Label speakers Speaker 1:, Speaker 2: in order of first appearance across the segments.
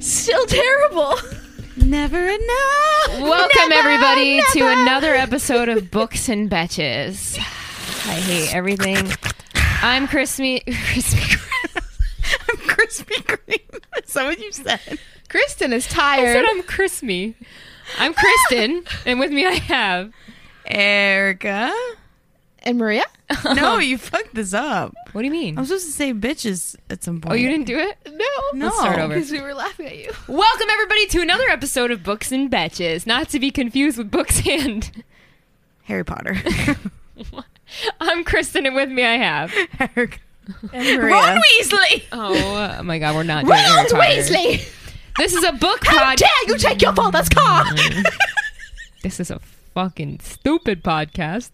Speaker 1: Still terrible.
Speaker 2: Never enough.
Speaker 3: Welcome,
Speaker 1: Never,
Speaker 3: everybody, to
Speaker 1: never.
Speaker 3: another episode of Books and Betches. I hate everything. I'm Crispy. Crispy.
Speaker 2: I'm Krispy Kreme. That's not what you said.
Speaker 1: Kristen is
Speaker 3: I said
Speaker 1: tired.
Speaker 3: I'm Crispy. I'm Kristen, and with me I have.
Speaker 2: Erica.
Speaker 1: And Maria?
Speaker 3: Oh,
Speaker 2: No, you fucked this up.
Speaker 3: What do you mean?
Speaker 2: I'm supposed to say bitches at some point.
Speaker 3: Oh, you didn't do it?
Speaker 1: No.
Speaker 2: No.
Speaker 3: Let's start over.
Speaker 1: Because we were laughing at you.
Speaker 3: Welcome, everybody, to another episode of Books and Betches, not to be confused with Books and.
Speaker 2: Harry Potter.
Speaker 3: I'm Kristen, and with me I have.
Speaker 2: Erica.
Speaker 1: And
Speaker 2: Maria.
Speaker 1: Weasley.
Speaker 3: Oh my god, we're not doing
Speaker 1: Ron
Speaker 3: Harry Potter.
Speaker 1: Weasley.
Speaker 3: This is a book
Speaker 1: How
Speaker 3: podcast.
Speaker 1: dare you take your father's car?
Speaker 3: Mm.
Speaker 1: Did
Speaker 3: This is a fucking stupid podcast.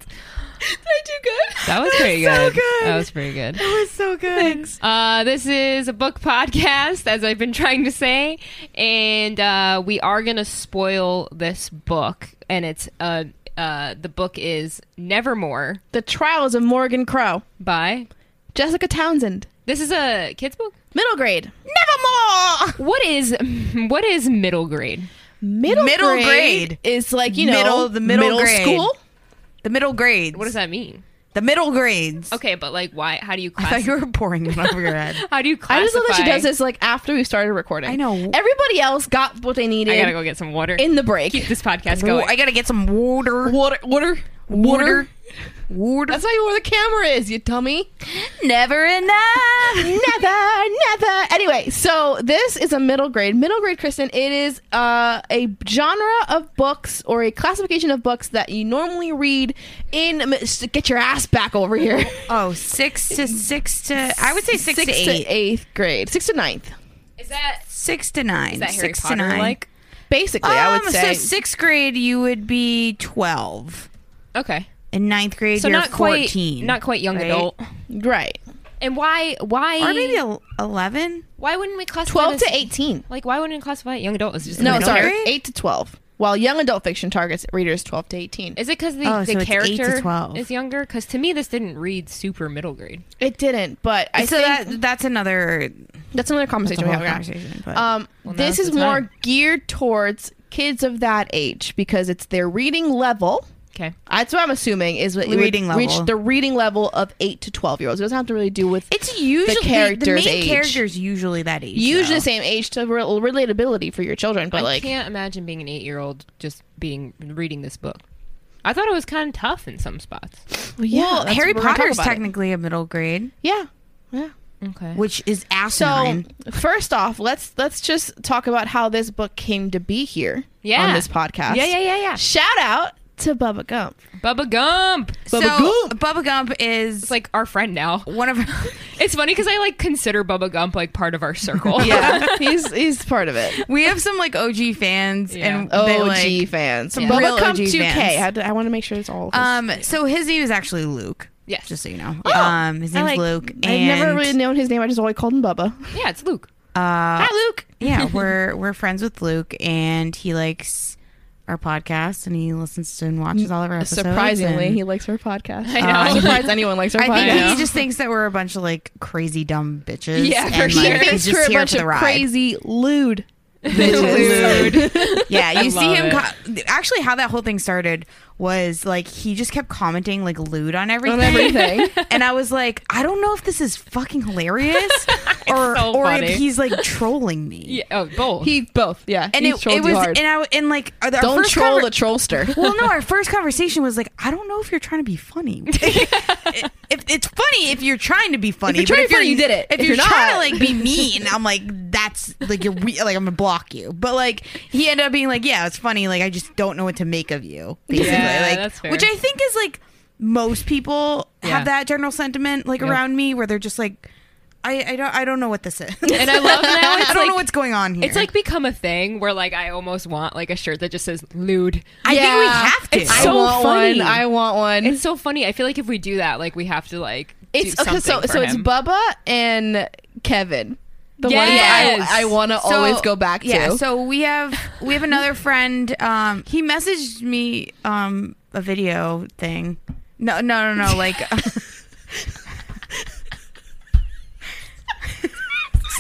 Speaker 1: I do good?
Speaker 3: That was pretty
Speaker 2: so
Speaker 3: good.
Speaker 2: good.
Speaker 3: That was pretty good.
Speaker 2: That was so good. Thanks.
Speaker 3: Uh, this is a book podcast, as I've been trying to say, and uh, we are going to spoil this book. And it's uh, uh, the book is Nevermore
Speaker 1: The Trials of Morgan Crow.
Speaker 3: by.
Speaker 1: Jessica Townsend.
Speaker 3: This is a kids book.
Speaker 1: Middle grade.
Speaker 2: Nevermore.
Speaker 3: What is what is middle grade?
Speaker 1: Middle,
Speaker 2: Middle grade.
Speaker 1: is like, you know,
Speaker 2: Middle- the middle grade.
Speaker 1: school.
Speaker 2: The middle grades.
Speaker 3: What does that mean?
Speaker 2: The middle grades.
Speaker 3: Okay, but like, why? How do you
Speaker 2: I thought
Speaker 3: classify?
Speaker 2: you were pouring it over your head.
Speaker 3: How do you
Speaker 1: I
Speaker 3: classify?
Speaker 1: just love that she does this like after we started recording.
Speaker 2: I know.
Speaker 1: Everybody else got what they needed
Speaker 3: I gotta go get some water.
Speaker 1: in the break.
Speaker 3: Keep this podcast
Speaker 2: Ooh,
Speaker 3: going.
Speaker 2: I gotta get some water.
Speaker 1: Water, water,
Speaker 2: Water. Water.
Speaker 1: That's not even where the camera is, you dummy.
Speaker 2: never enough.
Speaker 1: Never, never. Anyway, so this is a middle grade. Middle grade, Kristen, it is uh, a genre of books or a classification of books that you normally read in. Get your ass back over here.
Speaker 2: Oh, six to six to I would say six, to
Speaker 1: Sixth
Speaker 2: eight,
Speaker 1: eighth grade. Sixth to ninth.
Speaker 3: Is that
Speaker 2: six to nine,
Speaker 3: is that Harry
Speaker 2: six
Speaker 3: Potter
Speaker 2: to nine.
Speaker 3: like?
Speaker 1: Basically,
Speaker 2: um,
Speaker 1: I would say.
Speaker 2: so. Sixth grade, you would be twelve.
Speaker 3: Okay,
Speaker 2: In ninth grade,
Speaker 3: so
Speaker 2: you're
Speaker 3: not quite
Speaker 2: fourteen,
Speaker 3: not quite young
Speaker 2: right?
Speaker 3: adult.
Speaker 1: right.
Speaker 3: And why why
Speaker 2: or maybe el- eleven.
Speaker 3: why wouldn't we classify
Speaker 1: 12 to
Speaker 3: this-
Speaker 1: 18.
Speaker 3: Like why wouldn't we classify it young adult as just
Speaker 1: No,
Speaker 2: Middle
Speaker 1: sorry.
Speaker 2: grade?
Speaker 1: 8 to 12. While young adult fiction targets readers 12 to 18.
Speaker 3: Is it because the,
Speaker 2: Oh,
Speaker 3: the
Speaker 2: so it's eight to
Speaker 3: character
Speaker 2: 12.
Speaker 3: is younger? Because to me this didn't read super middle grade.
Speaker 1: It didn't, but I
Speaker 2: so
Speaker 1: think
Speaker 2: that that's another
Speaker 1: that's another
Speaker 2: that's
Speaker 1: conversation
Speaker 2: a whole
Speaker 1: we have. now.
Speaker 2: conversation. But,
Speaker 1: Um,
Speaker 3: Well,
Speaker 1: this
Speaker 3: now's
Speaker 1: is
Speaker 3: the
Speaker 1: more
Speaker 3: time.
Speaker 1: geared towards kids of that age because it's their reading level.
Speaker 3: Okay,
Speaker 1: That's what I'm assuming is what it would
Speaker 2: Reading level.
Speaker 1: reach the reading level of eight to twelve year olds. It doesn't have to really do with
Speaker 2: it's usually
Speaker 1: character's
Speaker 2: main
Speaker 1: age.
Speaker 2: character's usually that age.
Speaker 1: usually
Speaker 2: though.
Speaker 1: the same age to re- relatability for your children, but
Speaker 3: I
Speaker 1: like
Speaker 3: can't imagine being an eight year old just being reading this book. I thought it was kind of tough in some spots.
Speaker 1: well, yeah,
Speaker 2: Well,
Speaker 1: that's-
Speaker 2: Harry
Speaker 1: we're gonna talk
Speaker 2: Potter's
Speaker 1: about it.
Speaker 2: technically a middle grade,
Speaker 1: yeah, yeah.
Speaker 3: Okay,
Speaker 2: which is
Speaker 1: So
Speaker 2: asinine.
Speaker 1: first off, let's let's just talk about how this book came to be here
Speaker 3: Yeah.
Speaker 1: on this podcast.
Speaker 3: yeah, yeah, yeah, yeah.
Speaker 1: Shout out to Bubba Gump.
Speaker 3: Bubba Gump.
Speaker 2: So,
Speaker 1: Bubba Gump.
Speaker 2: Bubba Gump is
Speaker 3: It's like our friend now.
Speaker 2: one of
Speaker 3: It's funny because I like consider Bubba Gump like part of our circle.
Speaker 1: Yeah, he's he's part of it.
Speaker 2: we have some like OG fans
Speaker 3: Yeah.
Speaker 2: and
Speaker 1: OG
Speaker 2: they like
Speaker 1: fans.
Speaker 2: some real
Speaker 1: Bubba Gump
Speaker 2: OG
Speaker 1: 2K.
Speaker 2: fans.
Speaker 1: I, d- I want to make sure it's all. His.
Speaker 2: um so his name is actually Luke.
Speaker 3: Yes.
Speaker 2: Just so you know.
Speaker 1: Oh,
Speaker 2: um his
Speaker 1: I like-
Speaker 2: name's Luke.
Speaker 1: I've
Speaker 2: And,
Speaker 1: never really known his name. I just always called him Bubba.
Speaker 3: yeah, it's Luke.
Speaker 2: uh
Speaker 1: Hi, Luke.
Speaker 2: yeah, we're we're friends with Luke and he likes our podcast and he listens to and watches all of our episodes.
Speaker 1: Surprisingly,
Speaker 2: and-
Speaker 1: he likes her podcast.
Speaker 3: I know.
Speaker 1: I'm surprised anyone likes her
Speaker 2: I think
Speaker 1: podcast.
Speaker 3: know.
Speaker 2: he just thinks that we're a bunch of like crazy dumb bitches.
Speaker 3: Yeah,
Speaker 2: and,
Speaker 3: for
Speaker 2: like,
Speaker 3: sure.
Speaker 2: he's
Speaker 1: thinks
Speaker 2: just
Speaker 1: we're a
Speaker 2: here
Speaker 1: bunch
Speaker 2: for the
Speaker 1: of
Speaker 2: ride.
Speaker 1: crazy lewd.
Speaker 3: Dude.
Speaker 2: Yeah, you see
Speaker 3: love
Speaker 2: him.
Speaker 3: it.
Speaker 2: Co- actually, how that whole thing started was like he just kept commenting like lewd on everything,
Speaker 1: everything.
Speaker 2: and I was like, I don't know if this is fucking hilarious or
Speaker 3: so
Speaker 2: or
Speaker 3: funny.
Speaker 2: if he's like trolling me.
Speaker 3: Yeah, oh, both.
Speaker 1: He both, yeah.
Speaker 2: and
Speaker 1: he
Speaker 2: it,
Speaker 1: trolls
Speaker 2: it
Speaker 1: you
Speaker 2: was
Speaker 1: hard.
Speaker 2: and I and like our our
Speaker 1: Don't
Speaker 2: first
Speaker 1: troll
Speaker 2: conver-
Speaker 1: the trollster.
Speaker 2: well, no, our first conversation was like, I don't know if you're trying to be funny. if, it's funny if you're trying to be funny,
Speaker 1: you're
Speaker 2: but
Speaker 1: trying to be funny, you did it.
Speaker 2: If,
Speaker 1: If
Speaker 2: you're,
Speaker 1: you're
Speaker 2: trying
Speaker 1: not-
Speaker 2: to like be mean, I'm like, that's like you're re- like I'm gonna block you. But like he ended up being like, yeah, it's funny. Like I just don't know what to make of you. Basically,
Speaker 3: Yeah,
Speaker 2: like
Speaker 3: that's fair.
Speaker 2: which I think is like most people
Speaker 3: Yeah.
Speaker 2: have that general sentiment like
Speaker 3: Yeah.
Speaker 2: around me where they're just like, I, I don't I don't know what this is.
Speaker 3: and I love now it's
Speaker 2: I don't
Speaker 3: like
Speaker 2: know what's going on here.
Speaker 3: it's like become a thing where like I almost want like a shirt that just says lewd.
Speaker 2: I think we
Speaker 1: Yeah.
Speaker 2: have to.
Speaker 3: It's
Speaker 1: I
Speaker 3: so
Speaker 1: want
Speaker 3: funny.
Speaker 1: one. I want one.
Speaker 3: It's so funny. I feel like if we do that, like we have to like
Speaker 1: It's-
Speaker 3: do
Speaker 1: okay. So
Speaker 3: something for
Speaker 1: so it's
Speaker 3: him.
Speaker 1: Bubba and Kevin. The ones
Speaker 3: Yes.
Speaker 1: I, I want to
Speaker 2: So-
Speaker 1: always go back to.
Speaker 2: Yeah. So we have we have another friend. Um, he messaged me um a video thing. No, no, no, no. Like. so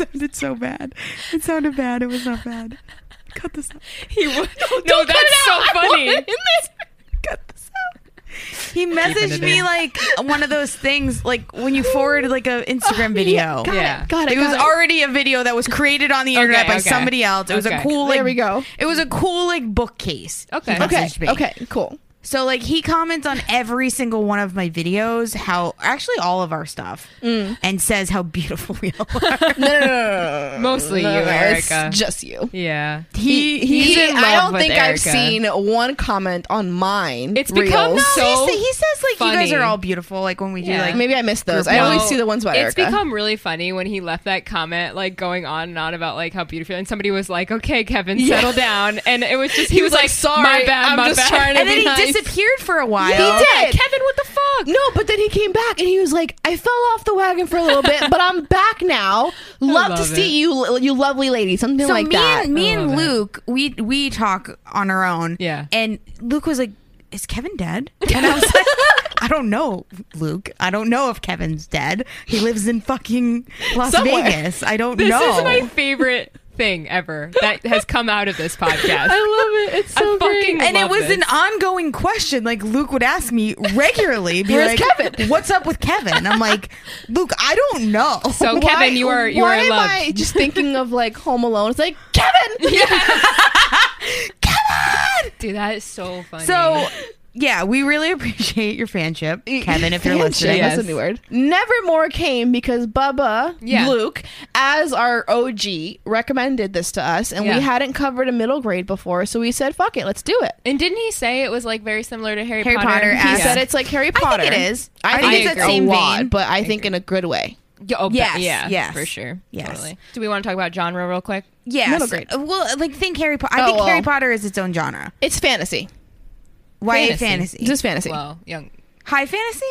Speaker 2: sounded so bad. It sounded bad. It was not bad. Cut this out.
Speaker 3: He would. No,
Speaker 1: Don't cut
Speaker 3: that's
Speaker 1: it
Speaker 3: so
Speaker 1: out. I
Speaker 3: funny.
Speaker 1: want it in this.
Speaker 2: Cut this out. He
Speaker 4: it
Speaker 2: messaged me
Speaker 4: in.
Speaker 2: like one of those things, like when you forwarded like a Instagram video.
Speaker 1: Got
Speaker 3: Yeah.
Speaker 1: it. Got it.
Speaker 2: It was
Speaker 1: got
Speaker 2: already a video that was created on the internet by
Speaker 3: okay.
Speaker 2: somebody else. It was
Speaker 3: Okay.
Speaker 2: a cool. Like,
Speaker 1: There we go.
Speaker 2: It was a cool like bookcase.
Speaker 3: Okay.
Speaker 2: He
Speaker 1: Okay.
Speaker 2: messaged me.
Speaker 1: Okay. Cool.
Speaker 2: So like he comments on every single one of my videos, how actually all of our stuff,
Speaker 3: Mm.
Speaker 2: and says how beautiful we all are.
Speaker 1: No, no, no, no, no, no.
Speaker 3: Mostly
Speaker 1: No,
Speaker 3: you,
Speaker 1: no, no, it's
Speaker 3: Erica.
Speaker 1: Just you.
Speaker 3: Yeah.
Speaker 1: He, he,
Speaker 3: he's in
Speaker 1: I
Speaker 3: love
Speaker 1: don't
Speaker 3: with
Speaker 1: think I've
Speaker 3: Erica.
Speaker 1: seen one comment on mine.
Speaker 3: It's become
Speaker 1: reels.
Speaker 3: so-
Speaker 2: he, sa- he says like you guys
Speaker 3: funny.
Speaker 2: are all beautiful. Like when we do
Speaker 3: Yeah.
Speaker 2: like
Speaker 1: Maybe I missed those. I
Speaker 3: No,
Speaker 1: always see the ones by
Speaker 3: It's
Speaker 1: Erica.
Speaker 3: become really funny when he left that comment, like going on and on about like how beautiful. And somebody was like, "Okay, Kevin,
Speaker 1: Yeah.
Speaker 3: settle down." And it was just he,
Speaker 1: He
Speaker 3: was,
Speaker 1: was like,
Speaker 3: like,
Speaker 1: "Sorry,
Speaker 3: my bad,
Speaker 1: I'm
Speaker 3: my
Speaker 1: just
Speaker 3: bad."
Speaker 1: trying to
Speaker 2: and then he
Speaker 1: nice.
Speaker 2: disappeared for a while.
Speaker 1: He did.
Speaker 3: Yeah, Kevin, what the fuck?
Speaker 1: No, but then he came back and he was like, "I fell off the wagon for a little bit, but I'm back now. Love,
Speaker 3: love
Speaker 1: to
Speaker 3: it.
Speaker 1: see you, you lovely lady." Something
Speaker 2: So
Speaker 1: like
Speaker 2: me
Speaker 1: that.
Speaker 2: and me
Speaker 3: I
Speaker 2: and
Speaker 3: love it.
Speaker 2: Luke, we we talk on our own.
Speaker 3: Yeah.
Speaker 2: And Luke was like, "Is Kevin dead?" And I was like, "I don't know, Luke. I don't know if Kevin's dead. He lives in fucking Las
Speaker 1: Somewhere.
Speaker 2: Vegas. I don't
Speaker 3: This
Speaker 2: know."
Speaker 3: is my favorite thing ever that has come out of this podcast.
Speaker 1: I love it. It's
Speaker 3: I
Speaker 1: so great.
Speaker 3: fucking love
Speaker 2: and it was
Speaker 3: this.
Speaker 2: an ongoing question. Like Luke would ask me regularly, be
Speaker 1: Where's
Speaker 2: like,
Speaker 1: Kevin?
Speaker 2: "What's up with Kevin?" I'm like, "Luke, I don't know."
Speaker 3: So Kevin, you are you
Speaker 1: why
Speaker 3: are
Speaker 1: am
Speaker 3: loved.
Speaker 1: I just thinking of like Home Alone? It's like Kevin. Yeah.
Speaker 3: Dude, that is so funny.
Speaker 2: so yeah, we really appreciate your fanship, Kevin. If you're listening,
Speaker 1: that's a
Speaker 3: Yes.
Speaker 1: new word. Nevermore came because Bubba
Speaker 3: Yeah.
Speaker 1: Luke, as our OG, recommended this to us, and
Speaker 3: Yeah.
Speaker 1: we hadn't covered a middle grade before, so we said, "Fuck it, let's do it."
Speaker 3: and didn't he say it was like very similar to Harry,
Speaker 2: Harry
Speaker 3: Potter?
Speaker 2: Potter
Speaker 3: He
Speaker 1: He
Speaker 2: as- Yeah.
Speaker 1: said it's like Harry Potter.
Speaker 2: it is.
Speaker 1: I
Speaker 2: I
Speaker 1: think
Speaker 3: agree.
Speaker 1: it's that
Speaker 3: I
Speaker 1: same
Speaker 2: agree.
Speaker 1: vein, but I think in a good way.
Speaker 3: Yeah, Oh,
Speaker 2: Yes,
Speaker 3: yes, yeah,
Speaker 2: yes.
Speaker 3: for sure.
Speaker 2: Yes.
Speaker 3: Totally. Do we want to talk about genre real quick?
Speaker 2: Yes.
Speaker 1: Middle grade.
Speaker 2: Uh, Well, like think Harry Potter. I
Speaker 1: Oh,
Speaker 2: think
Speaker 1: well.
Speaker 2: Harry Potter is its own genre.
Speaker 1: It's fantasy.
Speaker 2: YA
Speaker 3: Fantasy.
Speaker 2: fantasy.
Speaker 1: Just fantasy.
Speaker 3: Well, young
Speaker 2: high fantasy?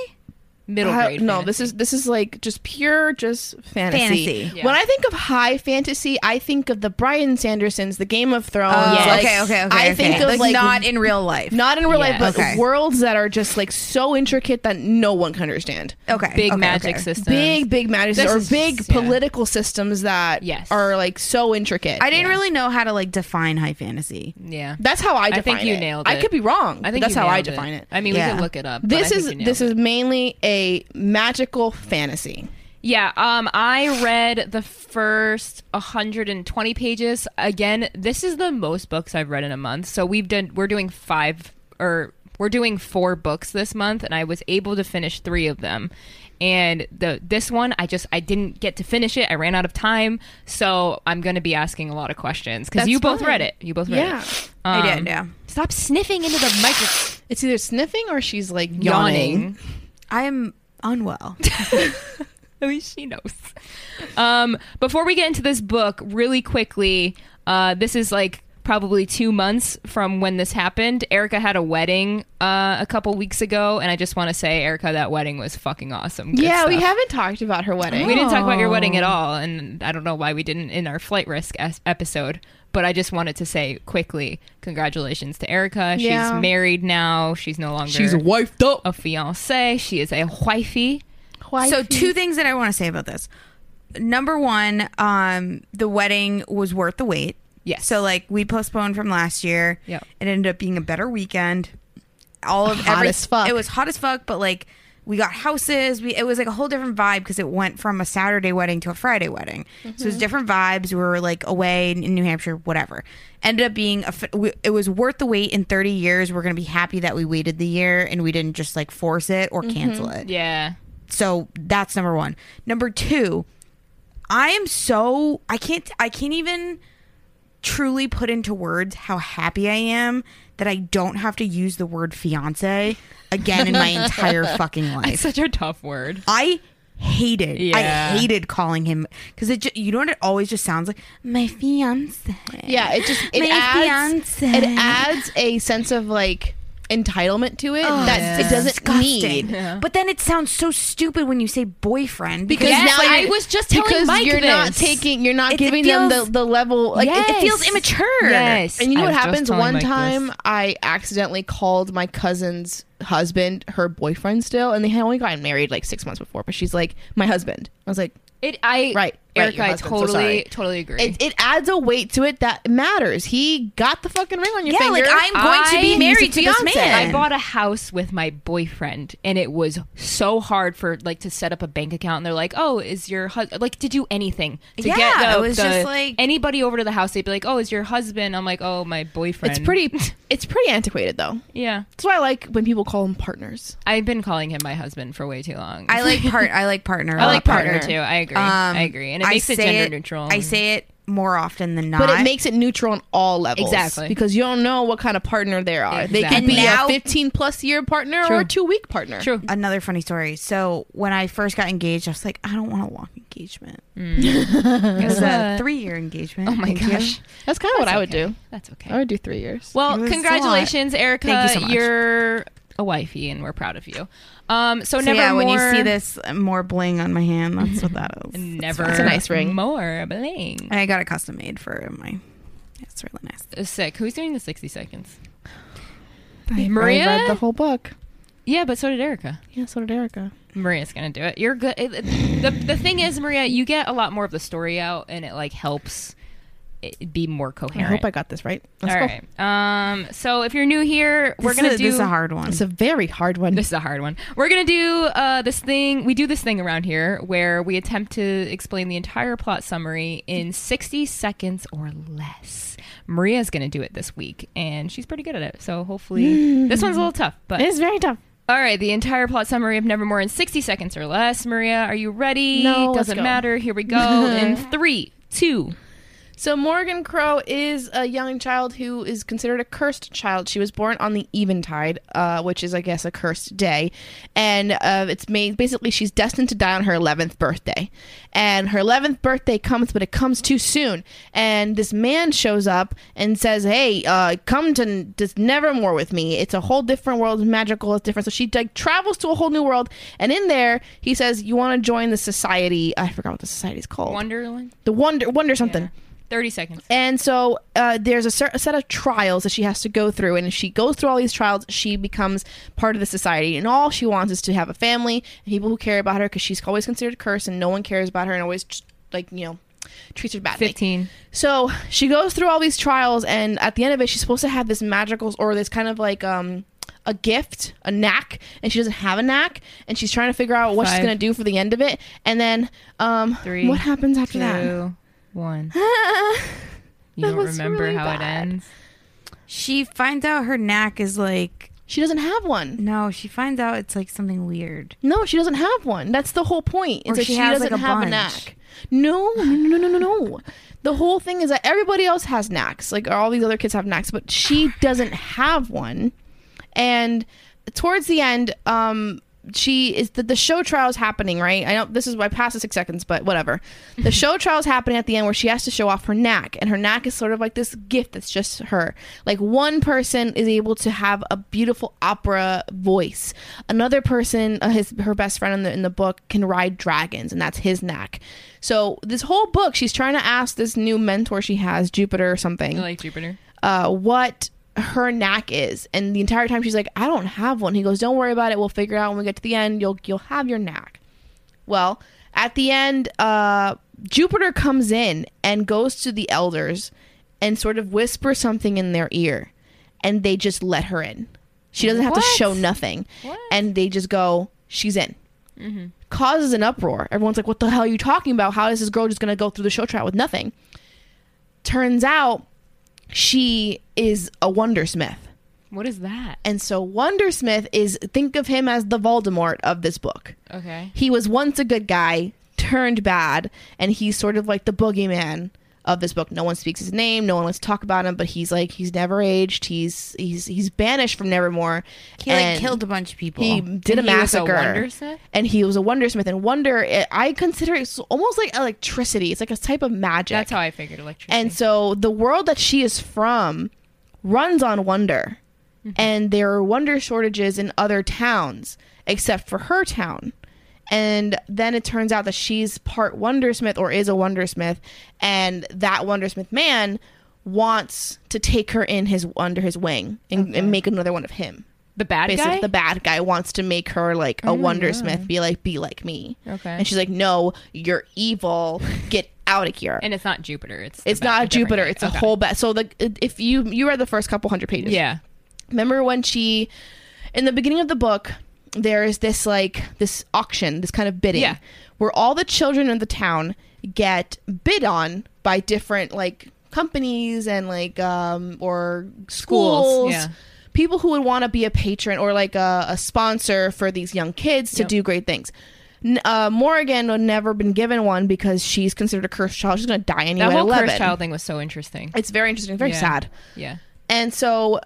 Speaker 3: middle
Speaker 1: Uh,
Speaker 3: grade.
Speaker 1: no,
Speaker 3: fantasy.
Speaker 1: this is this is like just pure just fantasy.
Speaker 2: Fantasy.
Speaker 3: Yeah.
Speaker 1: When I think of high fantasy, I think of the Brian Sandersons, the Game of Thrones.
Speaker 3: yes.
Speaker 1: like,
Speaker 2: Oh, Okay, okay, okay.
Speaker 1: Oh, I think
Speaker 2: okay.
Speaker 1: of like,
Speaker 2: not in real life.
Speaker 1: not in real
Speaker 3: Yes.
Speaker 1: life, but
Speaker 2: Okay.
Speaker 1: worlds that are just like so intricate that no one can understand.
Speaker 2: okay.
Speaker 3: big
Speaker 2: okay,
Speaker 3: magic
Speaker 2: okay.
Speaker 3: system.
Speaker 1: Big, big matters
Speaker 3: This
Speaker 1: or
Speaker 3: is-
Speaker 1: big
Speaker 3: yeah.
Speaker 1: political systems that
Speaker 3: Yes.
Speaker 1: are like so intricate.
Speaker 2: I didn't really know how to like define high fantasy.
Speaker 3: Yeah.
Speaker 1: that's how I define
Speaker 3: think you
Speaker 1: it.
Speaker 3: nailed
Speaker 1: I
Speaker 3: it.
Speaker 1: could be wrong.
Speaker 3: I
Speaker 1: but
Speaker 3: think
Speaker 1: that's
Speaker 3: you
Speaker 1: how I
Speaker 3: nailed
Speaker 1: define it.
Speaker 3: I mean,
Speaker 2: Yeah.
Speaker 3: we can look it up. but I
Speaker 1: This
Speaker 3: think
Speaker 1: is
Speaker 3: you nailed
Speaker 1: this
Speaker 3: it.
Speaker 1: is mainly a magical fantasy.
Speaker 3: yeah. Um, I read the first 120 pages. Again, this is the most books I've read in a month. So we've done. We're doing five or we're doing four books this month, and I was able to finish three of them. And the this one, I just I didn't get to finish it. I ran out of time, so I'm going to be asking a lot of questions because
Speaker 1: That's
Speaker 3: you both
Speaker 1: fine.
Speaker 3: read it. You both read
Speaker 1: Yeah.
Speaker 3: it.
Speaker 2: I did,
Speaker 3: Um,
Speaker 2: yeah.
Speaker 3: Stop sniffing into the microphone.
Speaker 1: It's either sniffing or she's like yawning.
Speaker 2: I am unwell.
Speaker 3: At least she knows. Um, before we get into this book, really quickly, uh, this is like probably two months from when this happened. Erica had a wedding uh, a couple weeks ago, and I just want to say, Erica, that wedding was fucking awesome. Good
Speaker 1: yeah, we
Speaker 3: stuff.
Speaker 1: haven't talked about her wedding.
Speaker 3: We didn't talk about your
Speaker 2: Oh.
Speaker 3: wedding at all, and I don't know why we didn't in our flight risk es- episode. But I just wanted to say quickly, congratulations to Erica.
Speaker 1: Yeah.
Speaker 3: She's married now. She's no longer
Speaker 1: wifed up.
Speaker 3: a fiance. She is a wifey.
Speaker 2: so two things that I want to say about this. Number one, um, the wedding was worth the wait.
Speaker 3: Yes.
Speaker 2: So like we postponed from last year.
Speaker 3: Yep.
Speaker 2: It ended up being a better weekend. All of
Speaker 1: Hot
Speaker 2: every,
Speaker 1: as fuck.
Speaker 2: It was hot as fuck, but like we got houses. We it was like a whole different vibe because it went from a Saturday wedding to a Friday wedding. So it
Speaker 1: Mm-hmm.
Speaker 2: was different vibes. We were like away in, in New Hampshire, whatever. Ended up being a. f- we- It was worth the wait. In thirty years, we're gonna be happy that we waited the year and we didn't just like force it or cancel
Speaker 1: Mm-hmm.
Speaker 2: it.
Speaker 3: Yeah.
Speaker 2: So that's number one. Number two, I am so I can't I can't even truly put into words how happy I am that I don't have to use the word fiance again in my entire fucking
Speaker 3: It's
Speaker 2: life.
Speaker 3: such a tough word.
Speaker 2: I hated
Speaker 3: Yeah.
Speaker 2: I hated calling him because it ju- you know what it always just sounds like my fiance.
Speaker 1: Yeah, it just it
Speaker 2: My
Speaker 1: adds
Speaker 2: fiance.
Speaker 1: it adds a sense of like entitlement to it
Speaker 3: Oh,
Speaker 1: that
Speaker 2: It's
Speaker 1: it doesn't
Speaker 2: Oh, disgusting.
Speaker 1: need.
Speaker 2: But then it sounds so stupid when you say boyfriend
Speaker 1: Because
Speaker 3: Yes,
Speaker 1: now
Speaker 3: I
Speaker 1: you're-
Speaker 3: was just telling
Speaker 1: because
Speaker 3: Mike
Speaker 1: you're not
Speaker 3: this.
Speaker 1: taking, you're not
Speaker 2: It- it
Speaker 1: giving them
Speaker 2: feels-
Speaker 1: the, the level. Like it- it,
Speaker 2: it feels immature.
Speaker 3: Yes.
Speaker 1: And you know
Speaker 3: I
Speaker 1: what
Speaker 3: was just
Speaker 1: happens?
Speaker 3: telling
Speaker 1: One
Speaker 3: Mike
Speaker 1: time,
Speaker 3: this.
Speaker 1: I accidentally called my cousin's husband her boyfriend still, and they had only gotten married like six months before. But she's like, my husband. I was like,
Speaker 3: It I
Speaker 1: Right, right,
Speaker 3: Erica,
Speaker 1: your
Speaker 3: I
Speaker 1: husband, so
Speaker 3: totally
Speaker 1: sorry.
Speaker 3: totally agree.
Speaker 1: it, it adds a weight to it that matters. He got the fucking ring on your
Speaker 2: Yeah,
Speaker 1: finger.
Speaker 2: like I'm going to
Speaker 3: I-
Speaker 2: be married
Speaker 1: He's a
Speaker 2: to
Speaker 1: fiancé.
Speaker 2: this man.
Speaker 3: I bought a house with my boyfriend, and it was so hard for like to set up a bank account. And they're like, "Oh, is your husband like to do anything to get
Speaker 2: Yeah,
Speaker 3: the,
Speaker 2: it was
Speaker 3: the-
Speaker 2: just like-
Speaker 3: anybody over to the house?" They'd be like, "Oh, is your husband?" I'm like, "Oh, my boyfriend."
Speaker 1: It's pretty. It's pretty antiquated though.
Speaker 3: Yeah,
Speaker 1: That's why I like when people call them partners.
Speaker 3: I've been calling him my husband for way too long.
Speaker 2: I like part. I like partner.
Speaker 3: I
Speaker 2: a
Speaker 3: like
Speaker 2: lot
Speaker 3: partner, too. I agree.
Speaker 2: Um,
Speaker 3: I agree, and it
Speaker 2: I
Speaker 3: makes it
Speaker 2: say
Speaker 3: gender neutral.
Speaker 2: I say it more often than not.
Speaker 1: But it makes it neutral on all levels.
Speaker 3: Exactly.
Speaker 1: Because you don't know what kind of partner they are. They
Speaker 3: Exactly.
Speaker 1: could
Speaker 3: And
Speaker 1: be
Speaker 2: now-
Speaker 1: a 15 plus year partner or
Speaker 3: True.
Speaker 1: a two week partner.
Speaker 3: true.
Speaker 2: another funny story. So when I first got engaged, I was like, I don't want a long engagement.
Speaker 3: Mm.
Speaker 2: It was a three year engagement.
Speaker 3: Oh my
Speaker 2: Thank you.
Speaker 3: gosh,
Speaker 1: That's kind of what I would do.
Speaker 3: That's okay.
Speaker 1: I would do three years.
Speaker 3: Well,
Speaker 2: It was a
Speaker 3: congratulations, Erica.
Speaker 2: Thank you so much.
Speaker 3: are a wifey, and we're proud of you. Um, so,
Speaker 2: So
Speaker 3: never
Speaker 2: yeah,
Speaker 3: more.
Speaker 2: when you see this uh, more bling on my hand, that's what that is.
Speaker 3: never
Speaker 1: It's a nice ring.
Speaker 3: more bling.
Speaker 2: And I got it custom made for my. It's really nice.
Speaker 3: Sick. Who's doing the sixty seconds?
Speaker 1: I,
Speaker 3: Maria?
Speaker 1: I read the whole book.
Speaker 3: Yeah, but so did Erica.
Speaker 1: Yeah, so did Erica.
Speaker 3: Maria's gonna do it. You're good. it- it- the The thing is, Maria, you get a lot more of the story out, and it like helps it be more
Speaker 1: I
Speaker 3: coherent.
Speaker 1: hope I got this right. Let's
Speaker 3: All
Speaker 1: go.
Speaker 3: right. Um. So if you're new here, we're
Speaker 2: This
Speaker 3: gonna
Speaker 2: is a-
Speaker 3: do
Speaker 2: this is a hard one.
Speaker 1: It's a very hard one.
Speaker 3: This is a hard one. We're gonna do uh, this thing. We do this thing around here where we attempt to explain the entire plot summary in 60 seconds or less. Maria's gonna do it this week, and she's pretty good at it. So hopefully, this one's a little tough. But
Speaker 1: it's very tough.
Speaker 3: all right, the entire plot summary of Nevermore in 60 seconds or less. Maria, are you ready?
Speaker 1: No, let's
Speaker 3: doesn't
Speaker 1: go.
Speaker 3: matter. Here we go. in three, two.
Speaker 1: So Morgan Crow is a young child who is considered a cursed child. She was born on the eventide, uh, which is, I guess, a cursed day, and uh, it's made basically she's destined to die on her eleventh birthday, and her eleventh birthday comes, but it comes too soon. And this man shows up and says, "Hey, uh, come to n- this Nevermore with me. It's a whole different world, it's magical, it's different." So she like travels to a whole new world, and in there he says, "You want to join the society? I forgot what the society is called.
Speaker 3: Wonderland.
Speaker 1: the wonder, wonder something." Eh,
Speaker 3: Yeah. 30 seconds.
Speaker 1: And so uh, there's a certain set of trials that she has to go through, and if she goes through all these trials, she becomes part of the society. And all she wants is to have a family and people who care about her, because she's always considered cursed, and no one cares about her, and always like you know treats her badly.
Speaker 3: 15.
Speaker 1: So she goes through all these trials, and at the end of it, she's supposed to have this magical or this kind of like um a gift, a knack, and she doesn't have a knack, and she's trying to figure out what
Speaker 3: Five.
Speaker 1: she's gonna do for the end of it. And then um,
Speaker 3: Three,
Speaker 1: what happens after
Speaker 3: Two, one.
Speaker 1: that?
Speaker 3: You
Speaker 1: That
Speaker 3: don't
Speaker 1: was
Speaker 3: remember
Speaker 1: really
Speaker 3: how it
Speaker 1: bad.
Speaker 3: ends?
Speaker 2: She finds out her knack is like
Speaker 1: she doesn't have one.
Speaker 2: no. She finds out it's like something weird.
Speaker 1: No, she doesn't have one. That's the whole point.
Speaker 2: Or
Speaker 1: Is that
Speaker 2: she
Speaker 1: she,
Speaker 2: has, like,
Speaker 1: doesn't
Speaker 2: a
Speaker 1: have
Speaker 2: bunch.
Speaker 1: a knack. No, no, no, no, no, no. The whole thing is that everybody else has knacks. Like all these other kids have knacks, but she doesn't have one. And towards the end, um, she is the, the show trial is happening, right? I know this is why I passed the six seconds, but whatever. The show trial is happening at the end where she has to show off her knack, and her knack is sort of like this gift that's just her. Like one person is able to have a beautiful opera voice, another person, uh, his her best friend in the in the book, can ride dragons, and that's his knack. So this whole book, she's trying to ask this new mentor she has, Jupiter or something
Speaker 3: I like Jupiter.
Speaker 1: uh, what her knack is and the entire time she's like i don't have one he goes don't worry about it we'll figure it out when we get to the end you'll you'll have your knack well at the end uh jupiter comes in and goes to the elders and sort of whispers something in their ear and they just let her in she doesn't have
Speaker 3: What?
Speaker 1: to show nothing
Speaker 3: What? Mm-hmm.
Speaker 1: and they just go she's in causes an uproar everyone's like what the hell are you talking about how is this girl just gonna go through the show trial with nothing turns out she is a wondersmith.
Speaker 3: What is that?
Speaker 1: And so wondersmith is think of him as the Voldemort of this book.
Speaker 3: Okay.
Speaker 1: He was once a good guy, turned bad, and he's sort of like the boogeyman of this book. No one speaks his name, no one wants to talk about him, but he's like he's never aged. He's he's he's banished from Nevermore.
Speaker 2: He like
Speaker 1: and
Speaker 2: killed a bunch of people.
Speaker 1: he did a
Speaker 3: And he was a
Speaker 1: massacre
Speaker 3: wondersmith?
Speaker 1: and he was a wondersmith and wonder i i consider it almost like electricity it's like a type of magic
Speaker 3: That's how I figured electricity.
Speaker 1: And so the world that she is from runs on wonder.
Speaker 3: Mm-hmm.
Speaker 1: And there are wonder shortages in other towns, except for her town. And then it turns out that she's part wondersmith or is a wondersmith, and that wondersmith man wants to take her in his under his wing and, and make another one of him.
Speaker 3: The bad
Speaker 1: basically
Speaker 3: guy? Oh,
Speaker 1: the bad guy wants to make her like a wondersmith be like be like me
Speaker 3: Okay.
Speaker 1: and she's like no you're evil get out of here
Speaker 3: and it's not Jupiter. It's the
Speaker 1: it's
Speaker 3: ba-
Speaker 1: not
Speaker 3: a different
Speaker 1: jupiter
Speaker 3: guy.
Speaker 1: it's a
Speaker 3: Okay.
Speaker 1: whole ba- so like if you you read the first couple hundred pages
Speaker 3: Yeah.
Speaker 1: remember when she in the beginning of the book there is this like this auction this kind of bidding
Speaker 3: Yeah.
Speaker 1: where all the children in the town get bid on by different like companies and like um or schools,
Speaker 3: Schools, yeah.
Speaker 1: people who would want to be a patron or like a, a sponsor for these young kids to
Speaker 3: Yep.
Speaker 1: do great things N- uh, Morrigan had never been given one because she's considered a cursed child. She's going to die anyway
Speaker 3: That
Speaker 1: at
Speaker 3: whole
Speaker 1: 11.
Speaker 3: cursed child thing was so interesting.
Speaker 1: It's very interesting, very
Speaker 3: Yeah.
Speaker 1: sad.
Speaker 3: Yeah.
Speaker 1: And so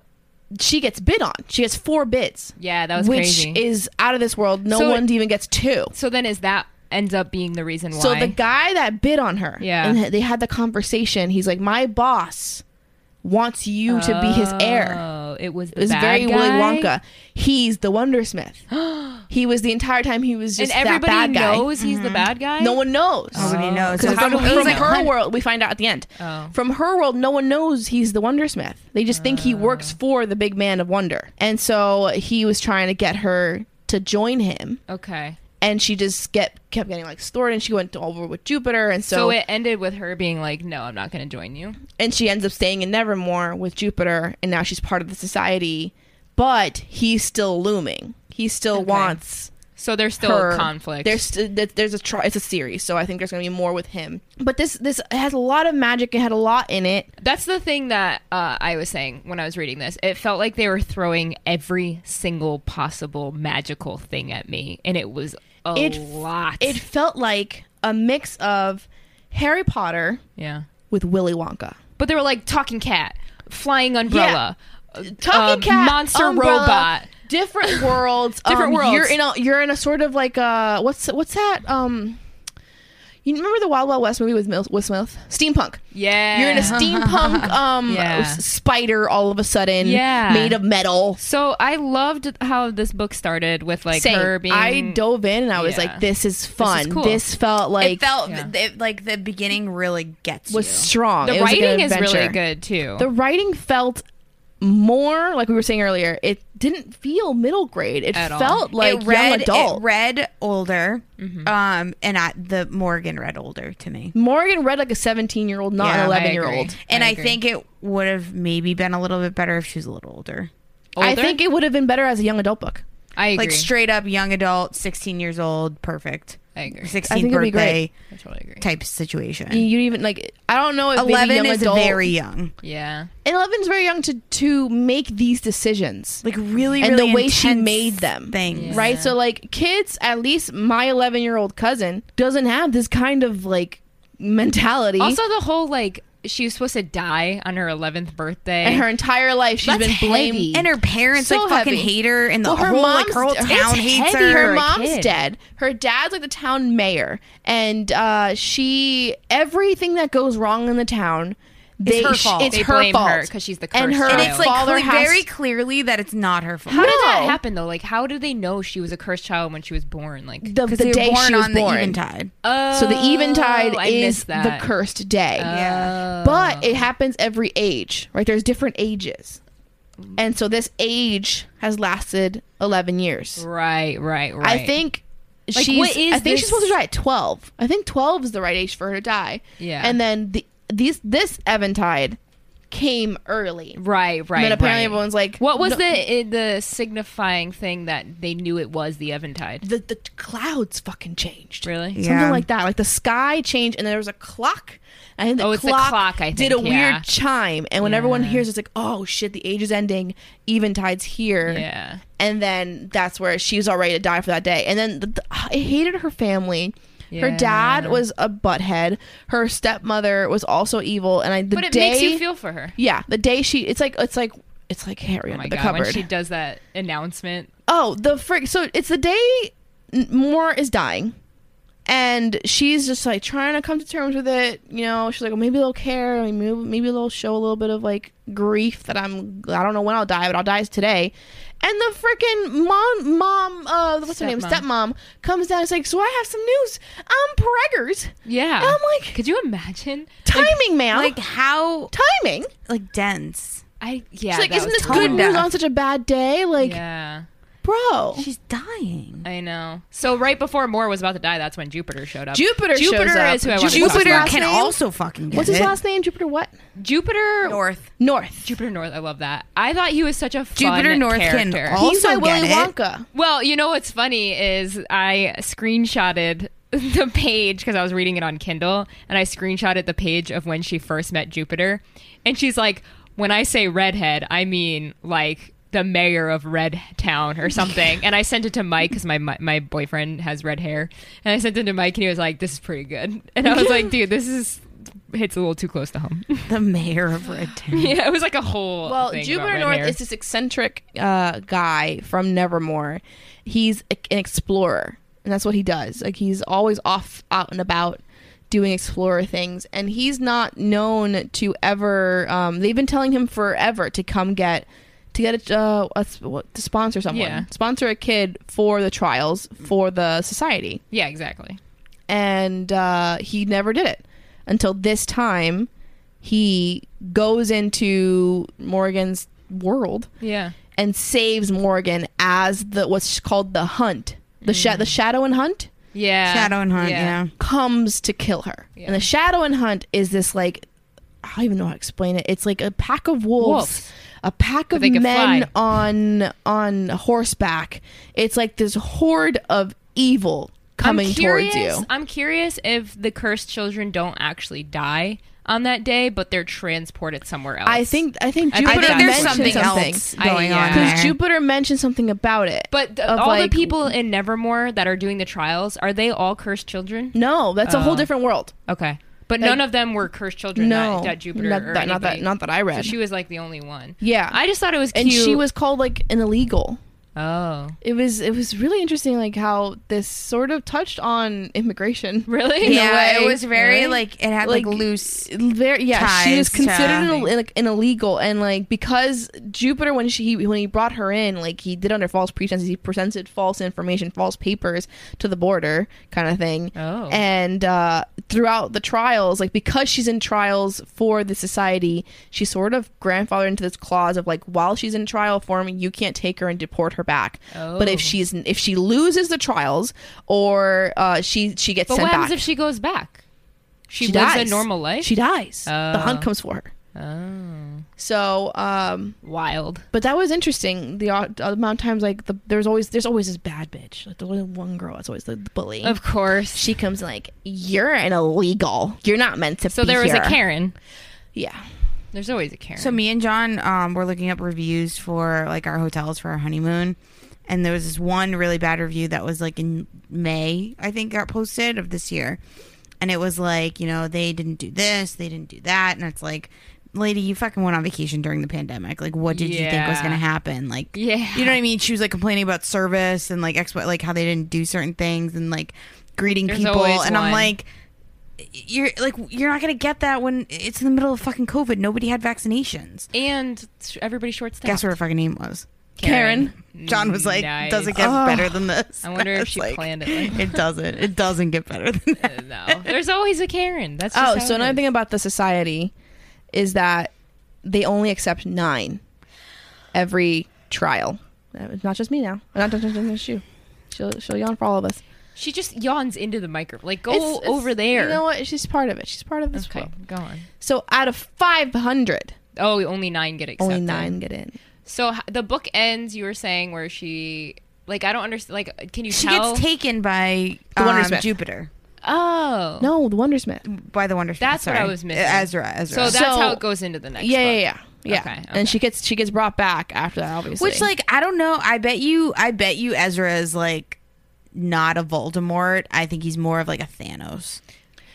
Speaker 1: she gets bid on. She gets four bids.
Speaker 3: Yeah, that was
Speaker 1: which
Speaker 3: crazy.
Speaker 1: is out of this world. No
Speaker 3: So-
Speaker 1: one even gets two.
Speaker 3: so then is that ends up being the reason why
Speaker 1: So the guy that bid on her,
Speaker 3: Yeah.
Speaker 1: and they had the conversation. He's like, "My boss wants you to be his heir."
Speaker 3: Oh, it was the
Speaker 1: It was
Speaker 3: bad
Speaker 1: very
Speaker 3: guy?
Speaker 1: Willy Wonka. He's the Wondersmith. he was the entire time. He was
Speaker 3: And
Speaker 1: just that
Speaker 3: everybody
Speaker 1: bad guy. Mm-hmm.
Speaker 3: knows he's the bad guy?
Speaker 1: No one knows.
Speaker 2: Nobody knows.
Speaker 1: Because
Speaker 2: So
Speaker 1: from,
Speaker 2: it's like-
Speaker 1: from
Speaker 2: it's like
Speaker 1: her
Speaker 2: hun-
Speaker 1: world, we find out at the end.
Speaker 3: Oh.
Speaker 1: From her world, no one knows he's the Wondersmith. They just think he works
Speaker 3: Ah.
Speaker 1: for the big man of wonder. And so he was trying to get her to join him,
Speaker 3: Okay.
Speaker 1: and she just get, kept getting like stored, and she went over with Jupiter, and so,
Speaker 3: So, it ended with her being like, "No, I'm not going to join you."
Speaker 1: and she ends up staying in Nevermore with Jupiter, and now she's part of the society, but he's still looming. He still wants
Speaker 3: So there's still
Speaker 1: her.
Speaker 3: a conflict.
Speaker 1: There's st- th- there's a tri- it's a series, so I think there's gonna be more with him. But this this has a lot of magic. It had a lot in it.
Speaker 3: That's the thing that uh, I was saying when I was reading this. It felt like they were throwing every single possible magical thing at me, and it was a
Speaker 1: It-
Speaker 3: lot.
Speaker 1: It felt like a mix of Harry Potter
Speaker 3: yeah,
Speaker 1: with Willy Wonka.
Speaker 3: but they were like talking cat, flying umbrella, uh,
Speaker 1: Talking
Speaker 3: um,
Speaker 1: cat,
Speaker 3: monster
Speaker 1: umbrella,
Speaker 3: robot.
Speaker 1: different worlds,
Speaker 3: Different
Speaker 1: um,
Speaker 3: worlds.
Speaker 1: You're in a you're in a sort of like a what's what's that? Um, you remember the Wild Wild West movie with Mil- Will Smith? Steampunk.
Speaker 3: Yeah, Uh-huh.
Speaker 1: You're in a steampunk um
Speaker 3: Yeah.
Speaker 1: s- spider all of a sudden,
Speaker 3: Yeah.
Speaker 1: made of metal.
Speaker 3: So I loved how this book started with like
Speaker 1: Same.
Speaker 3: her being.
Speaker 1: I dove in and I was
Speaker 3: Yeah.
Speaker 1: like, this is fun. This,
Speaker 3: cool.
Speaker 1: felt like
Speaker 2: it felt
Speaker 3: Yeah.
Speaker 2: it, like the beginning really gets
Speaker 1: was
Speaker 2: you.
Speaker 1: strong.
Speaker 3: The
Speaker 1: It was a good
Speaker 3: writing is really
Speaker 1: adventure.
Speaker 3: good too.
Speaker 1: the writing felt more like we were saying earlier it didn't feel middle grade it
Speaker 3: At all.
Speaker 1: felt like young adult Mm-hmm.
Speaker 2: It read older, um, and I, the Morgan read older to me.
Speaker 1: morgan read like a 17 year old not
Speaker 2: Yeah, I
Speaker 1: an
Speaker 3: I
Speaker 1: 11
Speaker 3: agree.
Speaker 1: year old
Speaker 2: And I,
Speaker 3: agree.
Speaker 2: think it would have maybe been a little bit better if she was a little older,
Speaker 1: i
Speaker 3: Older?
Speaker 1: think it would have been better as a young adult book
Speaker 3: I agree.
Speaker 2: like straight up young adult, sixteen years old, perfect.
Speaker 3: I agree.
Speaker 1: I think
Speaker 2: Sixteen
Speaker 1: it'd be
Speaker 2: birthday
Speaker 3: I totally agree.
Speaker 2: type
Speaker 1: you
Speaker 2: situation.
Speaker 1: you even like i don't know if maybe
Speaker 2: Eleven
Speaker 1: young
Speaker 2: is
Speaker 1: adult,
Speaker 2: very young,
Speaker 3: Yeah.
Speaker 1: and 11 is very young to to make these decisions
Speaker 2: like really,
Speaker 1: and
Speaker 2: really
Speaker 1: the way she
Speaker 2: intense
Speaker 1: made them
Speaker 2: things.
Speaker 3: Yeah.
Speaker 1: right so like kids at least my 11 year old cousin doesn't have this kind of like mentality
Speaker 3: Also, the whole like she was supposed to die on her 11th birthday.
Speaker 1: and her entire life she's
Speaker 3: That's
Speaker 1: been blamed
Speaker 3: heavy.
Speaker 2: And her parents
Speaker 1: So
Speaker 2: like fucking
Speaker 1: heavy.
Speaker 2: hate her, and the
Speaker 1: Well, her
Speaker 2: whole like
Speaker 1: mom's-
Speaker 2: her whole
Speaker 1: it's
Speaker 2: town hates
Speaker 3: heavy.
Speaker 2: her.
Speaker 1: her
Speaker 3: a
Speaker 1: mom's
Speaker 3: kid.
Speaker 1: dead. Her dad's like the town mayor, and uh, she everything that goes wrong in the town, they,
Speaker 2: her
Speaker 1: sh-
Speaker 2: fault.
Speaker 1: It's
Speaker 3: They
Speaker 1: her
Speaker 3: blame
Speaker 1: fault
Speaker 3: her 'cause she's the
Speaker 1: and
Speaker 3: cursed
Speaker 1: her
Speaker 3: child.
Speaker 2: and
Speaker 3: Right.
Speaker 2: it's like
Speaker 1: father
Speaker 2: cle-
Speaker 1: has
Speaker 2: very clearly that it's not her fault.
Speaker 3: How did that
Speaker 1: No.
Speaker 3: happen though? Like, how did they know she was a cursed child when she was born? Like,
Speaker 1: the,
Speaker 2: Because
Speaker 1: the
Speaker 2: they
Speaker 1: day
Speaker 2: were born
Speaker 1: she was
Speaker 2: on
Speaker 1: born.
Speaker 2: the eventide.
Speaker 3: oh,
Speaker 1: So the eventide
Speaker 3: I
Speaker 1: is
Speaker 3: missed
Speaker 1: the
Speaker 3: that.
Speaker 1: cursed day.
Speaker 2: Yeah.
Speaker 3: Oh.
Speaker 1: But it happens every age, right? There's different ages. And so this age has lasted 11 years.
Speaker 3: right, right, right.
Speaker 1: I think
Speaker 3: Like,
Speaker 1: she's.
Speaker 3: what is
Speaker 1: I think she's
Speaker 3: this-
Speaker 1: supposed to die at twelve. I think twelve is the right age for her to die.
Speaker 3: Yeah.
Speaker 1: And then the these this Eventide came early.
Speaker 3: right, right.
Speaker 1: and then apparently
Speaker 3: right.
Speaker 1: everyone's like,
Speaker 3: What was
Speaker 1: "No,
Speaker 3: the i- the signifying thing that they knew it was the eventide?
Speaker 1: the the clouds fucking changed?
Speaker 3: Really?
Speaker 2: Yeah.
Speaker 1: Something like that. Like the sky changed, and there was a clock. I think the clock,
Speaker 3: Oh, it's the clock, I
Speaker 1: did a
Speaker 3: think, yeah.
Speaker 1: weird chime, and when everyone hears, it's like, "Oh shit, the age is ending. Eventide's here."
Speaker 3: Yeah.
Speaker 1: and then that's where she was all ready to die for that day. And then the, the, I hated her family. Her dad
Speaker 3: Yeah.
Speaker 1: was a butthead. Her stepmother was also evil. And I the
Speaker 3: But it
Speaker 1: day,
Speaker 3: makes you feel for her.
Speaker 1: yeah, the day she, it's like it's like it's like Harry
Speaker 3: Oh
Speaker 1: under
Speaker 3: my
Speaker 1: the
Speaker 3: god,
Speaker 1: cupboard.
Speaker 3: when she does that announcement,
Speaker 1: oh, the frick! So it's the day N- Moore is dying, and she's just like trying to come to terms with it. You know, she's like, well, maybe they'll care. I mean, maybe, maybe they'll show a little bit of like grief that I'm. I don't know when I'll die, but I'll die today. And the freaking mom, mom, uh, what's her name,
Speaker 3: Stepmom.
Speaker 1: stepmom, comes down. It's like, so I have some news. I'm preggers.
Speaker 3: yeah.
Speaker 1: Oh And I'm like,
Speaker 3: could you imagine?
Speaker 1: timing, ma'am.
Speaker 2: Like how
Speaker 1: timing.
Speaker 2: like dense.
Speaker 3: I yeah.
Speaker 1: She's like,
Speaker 3: that
Speaker 1: isn't
Speaker 3: was
Speaker 1: this
Speaker 3: total-
Speaker 1: good news on such a bad day? Like,
Speaker 3: Yeah,
Speaker 1: bro.
Speaker 2: She's dying.
Speaker 3: I know. So right before Moore was about to die, that's when Jupiter showed up.
Speaker 1: Jupiter shows
Speaker 3: Jupiter
Speaker 1: up.
Speaker 3: is who I want
Speaker 1: Jupiter-
Speaker 3: to talk about.
Speaker 2: Jupiter
Speaker 1: last
Speaker 2: can
Speaker 1: name?
Speaker 2: also fucking get
Speaker 1: What's his
Speaker 2: it.
Speaker 1: last name? Jupiter what?
Speaker 3: Jupiter
Speaker 2: North.
Speaker 1: North.
Speaker 3: Jupiter North. I love that. I thought he was such a fun
Speaker 2: Jupiter North can
Speaker 3: character.
Speaker 2: al-
Speaker 1: He's
Speaker 2: Also
Speaker 1: like Willy
Speaker 2: get it.
Speaker 1: Wonka.
Speaker 3: well, you know what's funny is I screenshotted the page because I was reading it on Kindle, and I screenshotted the page of when she first met Jupiter, and she's like, "When I say redhead, I mean like." The mayor of Red Town or something, and I sent it to Mike because my, my my boyfriend has red hair, and I sent it to Mike, and he was like, "This is pretty good," and I was like, "Dude, this is hits a little too close to home."
Speaker 2: The mayor of Red Town.
Speaker 3: Yeah, it was like a whole.
Speaker 1: Well,
Speaker 3: thing
Speaker 1: Jupiter
Speaker 3: about red
Speaker 1: North
Speaker 3: hair.
Speaker 1: is this eccentric uh, guy from Nevermore. He's a, an explorer, and that's what he does. Like he's always off, out and about, doing explorer things. And he's not known to ever. Um, they've been telling him forever to come get. To get a, uh, a s- what- to sponsor someone,
Speaker 3: Yeah.
Speaker 1: sponsor a kid for the trials for the society,
Speaker 3: Yeah, exactly.
Speaker 1: and uh, he never did it until this time. He goes into Morgan's world
Speaker 3: Yeah,
Speaker 1: and saves Morgan as the what's called the hunt. The
Speaker 3: Mm.
Speaker 1: sha- the shadow and hunt
Speaker 3: yeah.
Speaker 2: Shadow and Hunt, yeah.
Speaker 1: comes to kill her.
Speaker 3: Yeah.
Speaker 1: And the shadow and hunt is this like I don't even know how to explain it. It's like a pack of wolves.
Speaker 3: Wolves.
Speaker 1: A pack of
Speaker 3: they can
Speaker 1: men
Speaker 3: fly.
Speaker 1: on on horseback. It's like this horde of evil coming
Speaker 3: I'm curious,
Speaker 1: towards you.
Speaker 3: I'm curious if the cursed children don't actually die on that day, but they're transported somewhere else.
Speaker 1: I think I think
Speaker 3: I think
Speaker 1: Jupiter
Speaker 3: there's
Speaker 1: mentioned
Speaker 3: something
Speaker 2: else
Speaker 3: I-
Speaker 2: going
Speaker 3: yeah.
Speaker 2: on.
Speaker 1: Because
Speaker 2: There.
Speaker 1: Jupiter mentioned something about it.
Speaker 3: But th-
Speaker 1: of,
Speaker 3: all
Speaker 1: like-
Speaker 3: the people in Nevermore that are doing the trials are they all cursed children?
Speaker 1: no, that's a whole
Speaker 3: Oh.
Speaker 1: different world.
Speaker 3: Okay, but
Speaker 1: Like-
Speaker 3: none of them were cursed children.
Speaker 1: Uh, No,
Speaker 3: that, that Jupiter
Speaker 1: not,
Speaker 3: or
Speaker 1: that, not that
Speaker 3: anybody.
Speaker 1: not that I
Speaker 3: So
Speaker 1: read.
Speaker 3: she was like the only one.
Speaker 1: yeah,
Speaker 3: I just thought it was cute.
Speaker 1: and she was called like an illegal.
Speaker 3: oh
Speaker 1: It was it was really interesting, like how this sort of touched on immigration.
Speaker 3: really
Speaker 2: Yeah,
Speaker 1: way.
Speaker 2: it was very
Speaker 1: Really?
Speaker 2: like it had like,
Speaker 1: Like,
Speaker 2: loose.
Speaker 1: Very yeah, she
Speaker 2: Ties
Speaker 1: was
Speaker 2: to-
Speaker 1: considered an, like an illegal, and like because Jupiter when she when he brought her in, like he did under false pretenses, he presented false information, false papers to the border, kind of thing.
Speaker 3: Oh.
Speaker 1: and uh, throughout the trials, like because she's in trials for the society, she's sort of grandfathered into this clause of like while she's in trial form, you can't take her and deport her back. But if
Speaker 3: Oh.
Speaker 1: she's if she loses the trials or uh, she she gets
Speaker 3: But what
Speaker 1: sent
Speaker 3: happens
Speaker 1: back,
Speaker 3: if she goes back? She,
Speaker 1: She
Speaker 3: lives
Speaker 1: dies.
Speaker 3: a normal life.
Speaker 1: she dies, the
Speaker 3: Oh.
Speaker 1: hunt comes for her.
Speaker 3: oh,
Speaker 1: So, um,
Speaker 3: wild.
Speaker 1: but that was interesting. The au- amount of times like the, there's always there's always this bad bitch. Like the one one girl is always like, the bully.
Speaker 3: Of course.
Speaker 1: she comes like you're an illegal. You're not meant to.
Speaker 3: So
Speaker 1: be
Speaker 3: there was a
Speaker 1: here."
Speaker 3: Karen.
Speaker 1: Yeah.
Speaker 3: There's always a Karen.
Speaker 2: So me and John um, were looking up reviews for like our hotels for our honeymoon, and there was this one really bad review that was like in May, I think, got posted of this year, and it was like you know they didn't do this, they didn't do that, and it's like. Lady, you fucking went on vacation during the pandemic. Like, what did you think was
Speaker 3: Yeah.
Speaker 2: going to happen? Like,
Speaker 3: Yeah.
Speaker 2: you know what I mean. She was like complaining about service and like expo- like how they didn't do certain things and like greeting
Speaker 3: There's
Speaker 2: people.
Speaker 3: always
Speaker 2: And I'm
Speaker 3: one.
Speaker 2: like, you're like you're not gonna get that when it's in the middle of fucking COVID. Nobody had vaccinations.
Speaker 3: and sh- everybody short staffed.
Speaker 2: Guess what her fucking name was? John was like,
Speaker 3: Nice. Oh.
Speaker 2: doesn't get
Speaker 1: Ugh.
Speaker 2: better than this.
Speaker 3: I wonder if
Speaker 2: And was
Speaker 3: she planned it like Uh,
Speaker 2: it doesn't. It doesn't get better than that.
Speaker 3: no. There's always a Karen. That's just
Speaker 1: Oh,
Speaker 3: how
Speaker 1: so
Speaker 3: it
Speaker 1: another
Speaker 3: is.
Speaker 1: thing about the society is that they only accept nine every trial. Uh, It's not just me now. Not just, just, just you. She'll she'll yawn for all of us.
Speaker 3: She just yawns into the microphone. Like go
Speaker 1: It's- it's-
Speaker 3: over there.
Speaker 1: You know what? She's part of it. She's part of this
Speaker 3: Okay,
Speaker 1: world.
Speaker 3: go on.
Speaker 1: So out of five hundred,
Speaker 3: Oh, only nine get accepted.
Speaker 1: only nine get in.
Speaker 3: So h- the book ends. You were saying where she, like, I don't understand. Like, can you
Speaker 2: She
Speaker 3: tell?
Speaker 2: gets taken by
Speaker 1: The Wonder
Speaker 2: um,
Speaker 1: Smith.
Speaker 2: Jupiter.
Speaker 3: oh,
Speaker 1: No, the Wondersmith.
Speaker 2: By the Wonder Smith,
Speaker 3: That's what I
Speaker 2: sorry.
Speaker 3: was missing.
Speaker 2: Ezra. Ezra.
Speaker 3: So that's
Speaker 1: So-
Speaker 3: how it goes into the next.
Speaker 1: Yeah, yeah,
Speaker 3: book.
Speaker 1: yeah, yeah.
Speaker 3: Okay, okay.
Speaker 1: And she gets she gets brought back after that, obviously.
Speaker 2: Which, like, I don't know. I bet you, I bet you Ezra is like not a Voldemort. I think he's more of like a Thanos.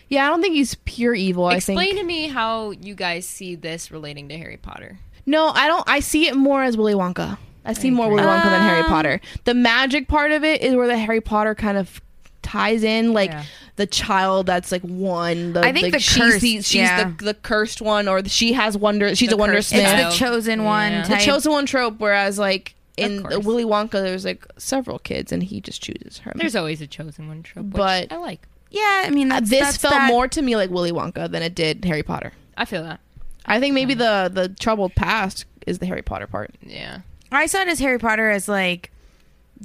Speaker 1: yeah, I don't think he's pure evil. I
Speaker 3: Explain
Speaker 1: think
Speaker 3: to me how you guys see this relating to Harry Potter.
Speaker 1: no, I don't. I see it more as Willy Wonka. I see more Willy Wonka than Harry Potter. The magic part of it is where the Harry Potter kind of ties in, like
Speaker 3: Yeah.
Speaker 1: the child that's like one. The,
Speaker 2: I think
Speaker 1: like,
Speaker 2: the
Speaker 1: she's
Speaker 2: cursed-
Speaker 1: the, she's
Speaker 2: yeah.
Speaker 1: the, the cursed one, or the, she has wonder. She's
Speaker 3: The
Speaker 1: a wonder
Speaker 3: cursed
Speaker 1: smith.
Speaker 2: It's
Speaker 3: Yeah.
Speaker 2: the chosen one.
Speaker 3: Yeah.
Speaker 1: the
Speaker 2: Type.
Speaker 1: chosen one trope. Whereas like in
Speaker 3: course.
Speaker 1: Willy Wonka, there's like several kids, and he just chooses her.
Speaker 3: There's always a chosen one trope, which
Speaker 1: But-
Speaker 3: I like.
Speaker 2: Yeah, I mean, that's,
Speaker 1: this
Speaker 2: that's
Speaker 1: felt
Speaker 2: that-
Speaker 1: more to me like Willy Wonka than it did Harry Potter.
Speaker 3: I feel that.
Speaker 1: I think maybe the the troubled past is the Harry Potter part.
Speaker 3: Yeah.
Speaker 2: I saw it as Harry Potter as like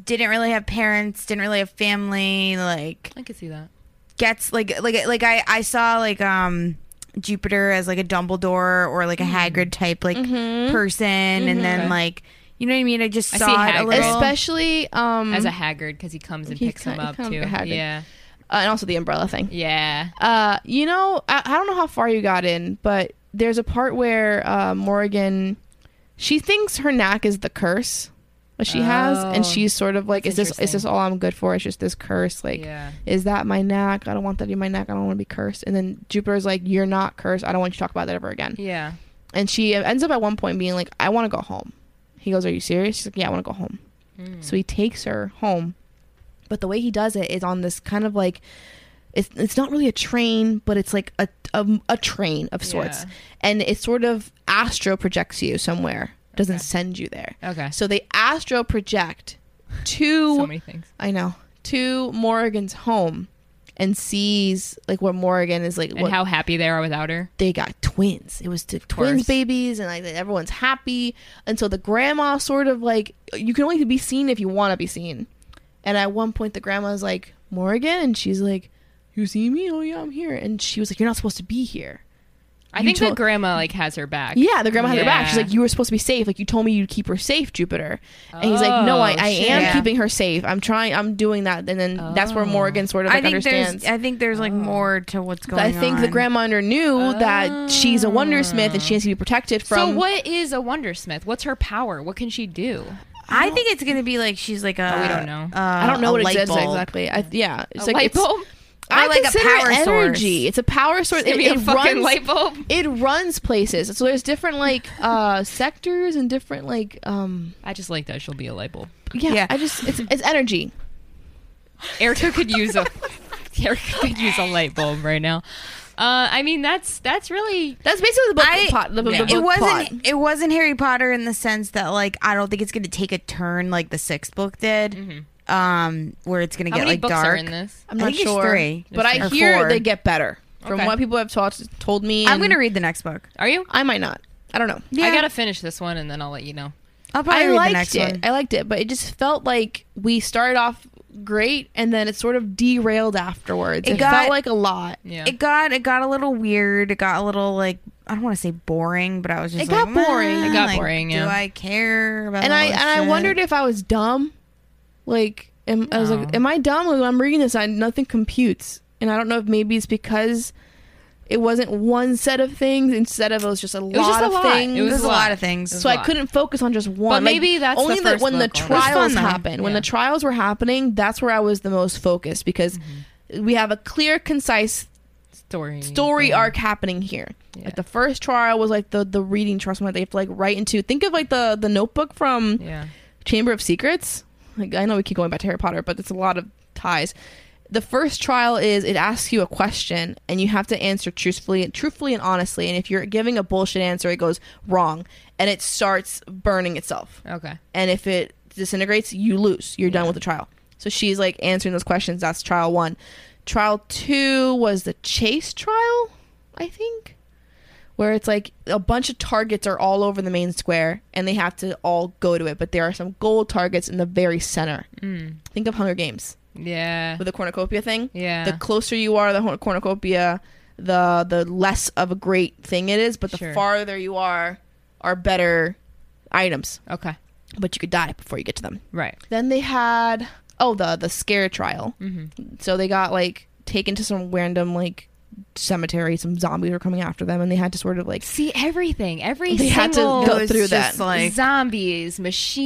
Speaker 2: didn't really have parents, didn't really have family, like
Speaker 3: I could see that.
Speaker 2: gets like like like I I saw like um Jupiter as like a Dumbledore or like a
Speaker 1: Mm-hmm.
Speaker 2: Hagrid type like person, and then
Speaker 3: Okay.
Speaker 2: like you know what I mean. I just
Speaker 3: I
Speaker 2: saw
Speaker 3: see
Speaker 2: it a
Speaker 3: Hagrid.
Speaker 2: little.
Speaker 1: Especially um
Speaker 3: As a Haggard because he comes and
Speaker 1: He
Speaker 3: picks him
Speaker 1: kinda
Speaker 3: up
Speaker 1: comes
Speaker 3: too.
Speaker 1: a Hagrid.
Speaker 3: Yeah.
Speaker 1: uh, and also the umbrella thing.
Speaker 3: Yeah.
Speaker 1: Uh, you know, I, I don't know how far you got in, but there's a part where uh, Morgan, she thinks her knack is the curse that she has, and
Speaker 3: Oh.
Speaker 1: she's sort of like,
Speaker 3: That's
Speaker 1: is this is this
Speaker 3: interesting.
Speaker 1: all I'm good for? It's just this curse, like.
Speaker 3: yeah.
Speaker 1: Is that my knack? I don't want that to be my knack. I don't want to be cursed. And then Jupiter's like, "You're not cursed. I don't want you to talk about that ever again."
Speaker 3: Yeah.
Speaker 1: And she ends up at one point being like, I want to go home. He goes, Are you serious? She's like, Yeah, I want to go home.
Speaker 3: Mm.
Speaker 1: So he takes her home. But the way he does it is on this kind of like, it's, it's not really a train, but it's like a, a, a train of sorts.
Speaker 3: Yeah.
Speaker 1: And it sort of astro projects you somewhere, doesn't
Speaker 3: Okay.
Speaker 1: send you there.
Speaker 3: Okay.
Speaker 1: So they astro project to
Speaker 3: So many things.
Speaker 1: I know to Morrigan's home and sees like what Morrigan is like
Speaker 3: And
Speaker 1: what,
Speaker 3: how happy they are without her.
Speaker 1: they got twins. It was the twins babies, and like everyone's happy. And so the grandma sort of like you can only be seen if you want to be seen. And at one point, the grandma's like Morgan, and she's like, "You see me? Oh yeah, I'm here." And she was like, "You're not supposed to be here."
Speaker 3: I
Speaker 1: You
Speaker 3: think
Speaker 1: told-
Speaker 3: that grandma like has her back.
Speaker 1: Yeah, the grandma had her back. She's
Speaker 3: Yeah.
Speaker 1: like, "You were supposed to be safe. Like you told me you'd keep her safe, Jupiter." And he's like, "No, I,
Speaker 3: Oh,
Speaker 1: I
Speaker 3: shit.
Speaker 1: am
Speaker 2: Yeah.
Speaker 1: keeping her safe. I'm trying. I'm doing that." And then that's where
Speaker 3: Oh.
Speaker 1: Morgan sort of
Speaker 2: I
Speaker 1: like,
Speaker 2: think
Speaker 1: understands. Oh.
Speaker 2: there's I think there's like more to what's going.
Speaker 1: I think the
Speaker 2: on.
Speaker 1: grandmother knew that she's a wondersmith and she has to be protected from.
Speaker 3: so what is a wondersmith? What's her power? What can she do?
Speaker 2: I think it's gonna be like she's like a.
Speaker 3: we don't know.
Speaker 2: uh,
Speaker 1: I Oh, don't know
Speaker 2: a
Speaker 1: what
Speaker 2: light
Speaker 1: it says
Speaker 2: bulb.
Speaker 1: exactly. I, yeah, it's
Speaker 3: a
Speaker 1: like
Speaker 3: light
Speaker 1: it's-
Speaker 3: bulb?
Speaker 1: I
Speaker 2: Or like a
Speaker 1: consider
Speaker 2: power
Speaker 1: it
Speaker 2: source.
Speaker 1: energy. It's a power source.
Speaker 3: It's gonna
Speaker 1: it,
Speaker 3: be a
Speaker 1: it
Speaker 3: fucking
Speaker 1: runs,
Speaker 3: light bulb.
Speaker 1: It runs places. So there's different like uh sectors and different like um
Speaker 3: I just like that she'll be a light bulb.
Speaker 1: yeah.
Speaker 2: Yeah.
Speaker 1: I just it's it's energy.
Speaker 3: Erica could use a Erica could use a light bulb right now. Uh, I mean that's that's really
Speaker 1: That's basically the book
Speaker 2: I-
Speaker 1: plot. The, the
Speaker 3: yeah.
Speaker 1: book
Speaker 2: It wasn't. e-
Speaker 1: plot.
Speaker 2: It wasn't Harry Potter in the sense that like I don't think it's gonna take a turn like the sixth book did,
Speaker 1: Mm-hmm.
Speaker 2: um, where it's gonna
Speaker 3: how
Speaker 2: get
Speaker 3: many
Speaker 2: like
Speaker 3: books
Speaker 2: dark.
Speaker 3: are in this?
Speaker 1: I'm
Speaker 2: I
Speaker 1: not
Speaker 2: think it's
Speaker 1: sure,
Speaker 2: three.
Speaker 1: but
Speaker 2: It's
Speaker 1: I
Speaker 2: three.
Speaker 1: hear
Speaker 2: Or four.
Speaker 1: they get better from
Speaker 3: Okay.
Speaker 1: what people have taught told me.
Speaker 2: I'm
Speaker 1: and
Speaker 2: gonna read the next book.
Speaker 3: Are you?
Speaker 1: I might not. I don't know.
Speaker 3: I gotta finish this one and then I'll let you know.
Speaker 2: I'll probably
Speaker 1: I
Speaker 2: read
Speaker 1: liked
Speaker 2: the next
Speaker 1: it.
Speaker 2: one.
Speaker 1: I liked it, but it just felt like we started off great and then it sort of derailed afterwards. It,
Speaker 2: It got-
Speaker 1: felt like a lot.
Speaker 3: Yeah.
Speaker 2: It got it got a little weird. It got a little like I don't want to say boring, but I was just
Speaker 1: It
Speaker 2: like,
Speaker 1: got boring.
Speaker 2: "Meh,"
Speaker 1: It
Speaker 3: got
Speaker 2: like,
Speaker 3: boring, yeah.
Speaker 2: Do I care about?
Speaker 1: And I
Speaker 2: all this
Speaker 1: and I
Speaker 2: shit?
Speaker 1: wondered if I was dumb. Like am, I was like, am I dumb? When I'm reading this, I nothing computes, and I don't know if maybe it's because it wasn't one set of things instead of it was just a
Speaker 3: was
Speaker 1: lot
Speaker 3: just a
Speaker 1: of
Speaker 3: lot.
Speaker 1: things.
Speaker 3: It was
Speaker 2: There's a
Speaker 3: lot.
Speaker 2: lot of things.
Speaker 3: It was
Speaker 1: so
Speaker 3: a
Speaker 1: I
Speaker 3: lot.
Speaker 1: couldn't focus on just one.
Speaker 3: But maybe that's
Speaker 1: only
Speaker 3: the first
Speaker 1: when the
Speaker 3: book, right?
Speaker 2: It was
Speaker 1: trials
Speaker 2: fun, though.
Speaker 1: happened. When
Speaker 3: Yeah.
Speaker 1: the trials were happening, that's where I was the most focused because we have a clear, concise
Speaker 3: Mm-hmm. Story
Speaker 1: story
Speaker 3: thing.
Speaker 1: arc happening here.
Speaker 3: Yeah.
Speaker 1: Like the first trial was like the the reading trial, something that they have to like write into. Think of like the the Notebook from
Speaker 3: Yeah.
Speaker 1: Chamber of Secrets. Like I know we keep going back to Harry Potter, but it's a lot of ties. The first trial is it asks you a question and you have to answer truthfully, truthfully and honestly. And if you're giving a bullshit answer, it goes wrong, and it starts burning itself
Speaker 3: Okay.
Speaker 1: and if it disintegrates, you lose. You're done with the trial. So she's like answering those questions. That's trial one. Trial two was the chase trial, I think, where it's like a bunch of targets are all over the main square and they have to all go to it. But there are some gold targets in the very center.
Speaker 3: Mm.
Speaker 1: Think of Hunger Games
Speaker 3: Yeah.
Speaker 1: with the cornucopia thing.
Speaker 3: Yeah.
Speaker 1: The closer you are to the horn- cornucopia, the the less of a great thing it is. But the
Speaker 3: Sure.
Speaker 1: farther you are, are better items.
Speaker 3: okay.
Speaker 1: But you could die before you get to them.
Speaker 3: Right.
Speaker 1: Then they had oh the the scare trial.
Speaker 3: Mm-hmm.
Speaker 1: So they got like taken to some random like cemetery. Some zombies were coming after them, and they had to sort of like
Speaker 3: See everything. Every
Speaker 1: They had to
Speaker 3: single
Speaker 1: go
Speaker 2: It was
Speaker 1: through
Speaker 2: just
Speaker 1: that.
Speaker 2: Like,
Speaker 3: zombies,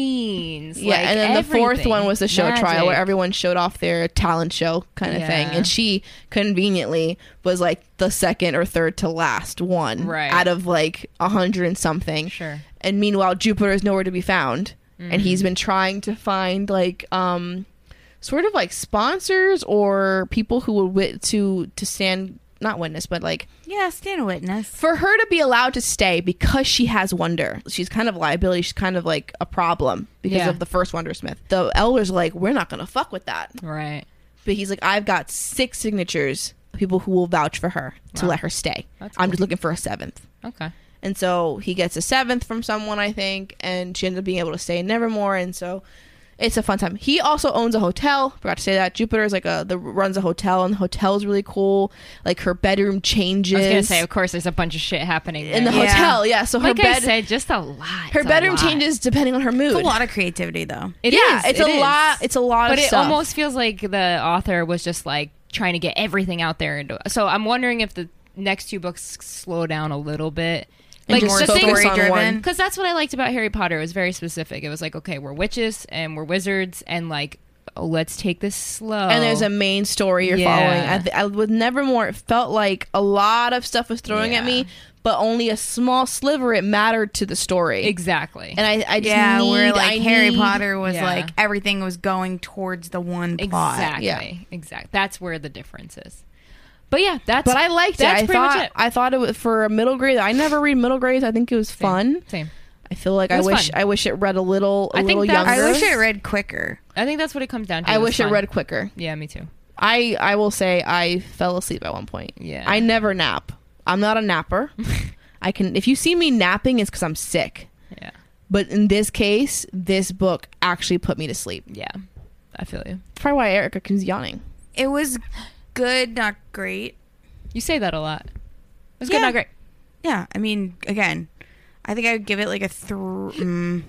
Speaker 3: machines.
Speaker 1: yeah.
Speaker 3: like
Speaker 1: and then the fourth
Speaker 3: everything.
Speaker 1: one was the show trial where
Speaker 3: Magic.
Speaker 1: everyone showed off their talent show kind of thing,
Speaker 3: Yeah.
Speaker 1: and she conveniently was like the second or third to last one
Speaker 3: Right.
Speaker 1: out of like a hundred and something.
Speaker 3: Sure.
Speaker 1: and meanwhile jupiter is nowhere to be found
Speaker 3: Mm.
Speaker 1: and
Speaker 3: Mm-hmm.
Speaker 1: he's been trying to find like um sort of like sponsors or people who would wit- to to stand not witness but like
Speaker 2: yeah, stand a witness.
Speaker 1: for her to be allowed to stay because she has wonder she's kind of a liability she's kind of like a problem because
Speaker 3: Yeah.
Speaker 1: of the first wondersmith the elders are like we're not gonna fuck with that
Speaker 3: Right.
Speaker 1: but he's like i've got six signatures of people who will vouch for her to
Speaker 3: Wow.
Speaker 1: let her stay
Speaker 3: That's
Speaker 1: i'm just looking for a seventh
Speaker 3: Okay.
Speaker 1: And so he gets a seventh from someone, I think, and she ends up being able to stay in Nevermore. And so it's a fun time. He also owns a hotel. Forgot to say that Jupiter is like a the runs a hotel, and the hotel's really cool. Like her bedroom changes.
Speaker 3: I was gonna say, of course, there's a bunch of shit happening
Speaker 1: in the
Speaker 3: there.
Speaker 2: Yeah.
Speaker 1: hotel, yeah. So her
Speaker 3: Like I
Speaker 1: bed,
Speaker 3: said, just a lot.
Speaker 1: her
Speaker 3: It's a
Speaker 1: bedroom
Speaker 3: lot.
Speaker 1: changes depending on her mood.
Speaker 2: It's a lot of creativity, though.
Speaker 3: It
Speaker 1: yeah,
Speaker 3: is,
Speaker 1: it's
Speaker 3: it
Speaker 1: a
Speaker 3: is.
Speaker 1: lot. It's a lot
Speaker 3: but
Speaker 1: of
Speaker 3: it
Speaker 1: stuff.
Speaker 3: almost feels like the author was just like trying to get everything out there and so i'm wondering if the next two books slow down a little bit
Speaker 1: And
Speaker 3: like
Speaker 1: just
Speaker 3: the
Speaker 1: focus
Speaker 3: things
Speaker 1: on
Speaker 2: story-driven.
Speaker 1: one.
Speaker 3: because that's what i liked about harry potter it was very specific it was like okay we're witches and we're wizards and like oh, let's take this slow
Speaker 1: and there's a main story you're
Speaker 3: Yeah.
Speaker 1: following. I, th- I with Nevermore, it felt like a lot of stuff was throwing at
Speaker 3: Yeah.
Speaker 1: me, but only a small sliver it mattered to the story.
Speaker 3: exactly
Speaker 1: And I, I just
Speaker 2: Yeah,
Speaker 1: need,
Speaker 2: where like
Speaker 1: I
Speaker 2: Harry
Speaker 1: need-
Speaker 2: Potter was
Speaker 3: Yeah.
Speaker 2: like everything was going towards the one plot.
Speaker 3: exactly
Speaker 1: Yeah.
Speaker 3: exactly that's where the difference is but yeah that's
Speaker 1: But I liked
Speaker 3: that's
Speaker 1: it. I
Speaker 3: pretty
Speaker 1: thought
Speaker 3: much it
Speaker 1: I thought it was for a middle grade. I never read middle grades. I think it was fun.
Speaker 3: same
Speaker 1: I feel like
Speaker 3: It
Speaker 1: I
Speaker 3: was
Speaker 1: wish
Speaker 3: fun.
Speaker 1: I wish it read a little a
Speaker 3: I think
Speaker 1: little
Speaker 3: that's-
Speaker 1: younger.
Speaker 2: I wish
Speaker 3: Yes.
Speaker 2: it read quicker.
Speaker 3: i think that's what it comes down to
Speaker 1: I
Speaker 3: was
Speaker 1: wish
Speaker 3: fun.
Speaker 1: it read quicker.
Speaker 3: yeah me too
Speaker 1: I I will say I fell asleep at one point.
Speaker 3: Yeah.
Speaker 1: I never nap. I'm not a napper. I can if you see me napping it's cuz I'm sick.
Speaker 3: yeah
Speaker 1: But in this case, this book actually put me to sleep.
Speaker 3: yeah i feel you
Speaker 1: That's probably why Erica keeps yawning.
Speaker 2: It was good, not great.
Speaker 3: You say that a lot. It was good,
Speaker 2: Yeah.
Speaker 3: not great.
Speaker 2: Yeah, I mean, again, I think I would give it like a three. Mm,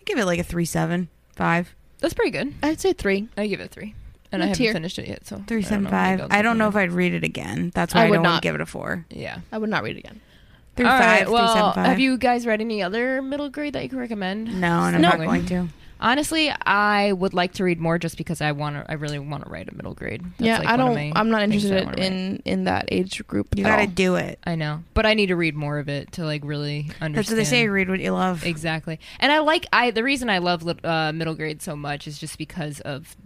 Speaker 2: I'd give it like a three seven five.
Speaker 3: That's pretty good.
Speaker 1: I'd say 3.
Speaker 3: I give it a three, and I
Speaker 1: Me
Speaker 3: haven't
Speaker 1: too.
Speaker 3: finished it yet. So
Speaker 2: Three
Speaker 3: I don't
Speaker 2: seven
Speaker 3: know.
Speaker 2: five.
Speaker 3: Maybe I'll
Speaker 2: I don't
Speaker 3: do
Speaker 2: know if
Speaker 3: another.
Speaker 2: I'd read it again. That's
Speaker 1: I
Speaker 2: why I,
Speaker 1: would
Speaker 2: don't
Speaker 1: not.
Speaker 2: want to give it a four.
Speaker 3: Yeah.
Speaker 1: I would not read it again.
Speaker 2: Three
Speaker 3: All
Speaker 2: five,
Speaker 3: right.
Speaker 2: three
Speaker 3: Well,
Speaker 2: seven five.
Speaker 3: have you guys read any other middle grade that you can recommend?
Speaker 2: No, and I'm
Speaker 1: No.
Speaker 2: not going to.
Speaker 3: Honestly, I would like to read more just because I want to. I really want to write a middle grade. That's
Speaker 1: yeah,
Speaker 3: like
Speaker 1: I
Speaker 3: one of
Speaker 1: don't
Speaker 3: my
Speaker 1: I'm not
Speaker 3: things that I
Speaker 1: interested
Speaker 3: wanna write.
Speaker 1: in in that age group.
Speaker 2: You
Speaker 1: at
Speaker 2: gotta
Speaker 1: all.
Speaker 2: do it.
Speaker 3: I know, but I need to read more of it to like really understand.
Speaker 2: That's what they say. Read what you love.
Speaker 3: Exactly. And I like I the reason I love lit- uh, middle grade so much is just because of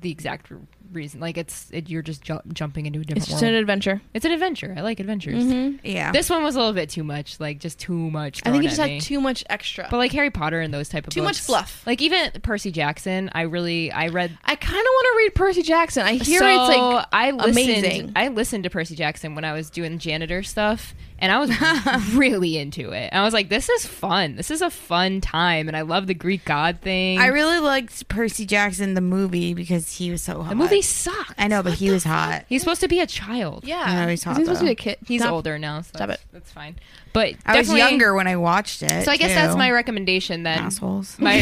Speaker 3: the exact r- reason. Like it's it, you're just ju- jumping into a different
Speaker 1: It's just
Speaker 3: world.
Speaker 1: an adventure.
Speaker 3: it's an adventure. I like adventures.
Speaker 1: Mhm.
Speaker 2: Yeah.
Speaker 3: This one was a little bit too much, like just too much.
Speaker 1: I think
Speaker 3: thrown
Speaker 1: it just
Speaker 3: at
Speaker 1: had
Speaker 3: me.
Speaker 1: too much extra.
Speaker 3: But like Harry Potter and those type of
Speaker 1: Too much
Speaker 3: books.
Speaker 1: fluff.
Speaker 3: Like even Percy Jackson, I really I read.
Speaker 1: I kind of want to read Percy Jackson. I hear
Speaker 3: so
Speaker 1: it's like
Speaker 3: I listened.
Speaker 1: amazing.
Speaker 3: I listened to Percy Jackson when I was doing janitor stuff, and I was really into it. I was like, "This is fun. This is a fun time." And I love the Greek god thing.
Speaker 2: I really liked Percy Jackson the movie because he was so hot.
Speaker 3: the movie sucked.
Speaker 2: I know, but he was hot.
Speaker 3: He's supposed to be a child.
Speaker 1: Yeah,
Speaker 2: No, he's hot,
Speaker 1: supposed to be
Speaker 2: though.
Speaker 1: a kid.
Speaker 3: He's
Speaker 1: Not-
Speaker 3: older now, so
Speaker 1: Stop
Speaker 3: that's,
Speaker 1: it.
Speaker 3: that's fine. But
Speaker 2: I was
Speaker 3: definitely-
Speaker 2: younger when I watched it.
Speaker 3: So I guess
Speaker 2: too.
Speaker 3: that's my recommendation then.
Speaker 2: assholes.
Speaker 3: My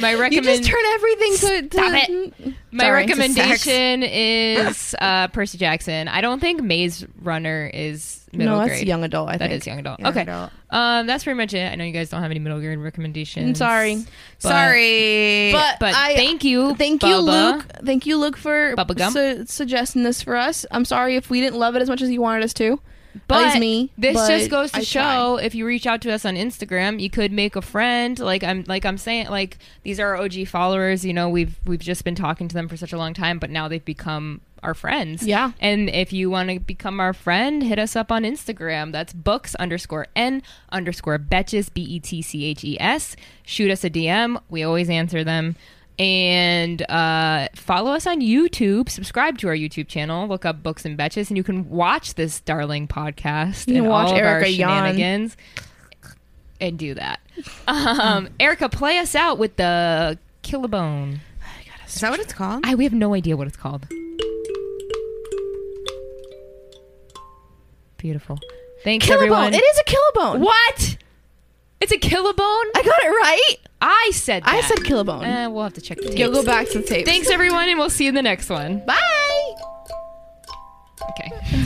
Speaker 3: my recommend.
Speaker 1: You just turn everything to, to
Speaker 3: Stop it. My
Speaker 2: Sorry, into
Speaker 3: recommendation is uh, Percy Jackson. I don't think Maze Runner is middle
Speaker 1: no,
Speaker 3: grade.
Speaker 1: that's young adult. I
Speaker 3: That
Speaker 1: think
Speaker 3: is young adult.
Speaker 2: Young
Speaker 3: okay,
Speaker 2: adult.
Speaker 3: Um, that's pretty much it. I know you guys don't have any middle grade recommendations.
Speaker 1: I'm sorry,
Speaker 3: but-
Speaker 2: Sorry,
Speaker 1: but,
Speaker 3: but
Speaker 1: I,
Speaker 3: thank you,
Speaker 1: thank you,
Speaker 3: Bubba.
Speaker 1: Luke. Thank you, Luke, for
Speaker 3: Bubba Gump.
Speaker 1: su- suggesting this for us. I'm sorry if we didn't love it as much as you wanted us to.
Speaker 3: But
Speaker 1: At least me.
Speaker 3: This
Speaker 1: But
Speaker 3: just goes to
Speaker 1: I
Speaker 3: show if you reach out to us on Instagram, you could make a friend. Like I'm like I'm saying like these are our OG followers, you know, we've we've just been talking to them for such a long time, but now they've become our friends.
Speaker 1: Yeah.
Speaker 3: And if you want to become our friend, hit us up on Instagram. That's books underscore N underscore betches B E T C H E S. Shoot us a DM. We always answer them. And uh, follow us on YouTube. Subscribe to our YouTube channel. Look up Books and Betches, and you can watch this darling podcast
Speaker 1: You can
Speaker 3: and
Speaker 1: watch
Speaker 3: all of our
Speaker 1: Erica yawn.
Speaker 3: shenanigans and do that. Um, Erica, play us out with the Killabone.
Speaker 2: is that what it's called?
Speaker 3: I we have no idea what it's called. Beautiful. Thanks
Speaker 1: Killabone.
Speaker 3: everyone.
Speaker 1: It is a killabone.
Speaker 3: what? It's a killabone?
Speaker 1: I got it right.
Speaker 3: I said that.
Speaker 1: I said killabone.
Speaker 3: Eh, we'll have to check the
Speaker 1: Uh, You'll go
Speaker 3: tapes.
Speaker 1: back to the tape.
Speaker 3: Thanks everyone and we'll see you in the next one.
Speaker 1: Bye.
Speaker 3: Okay.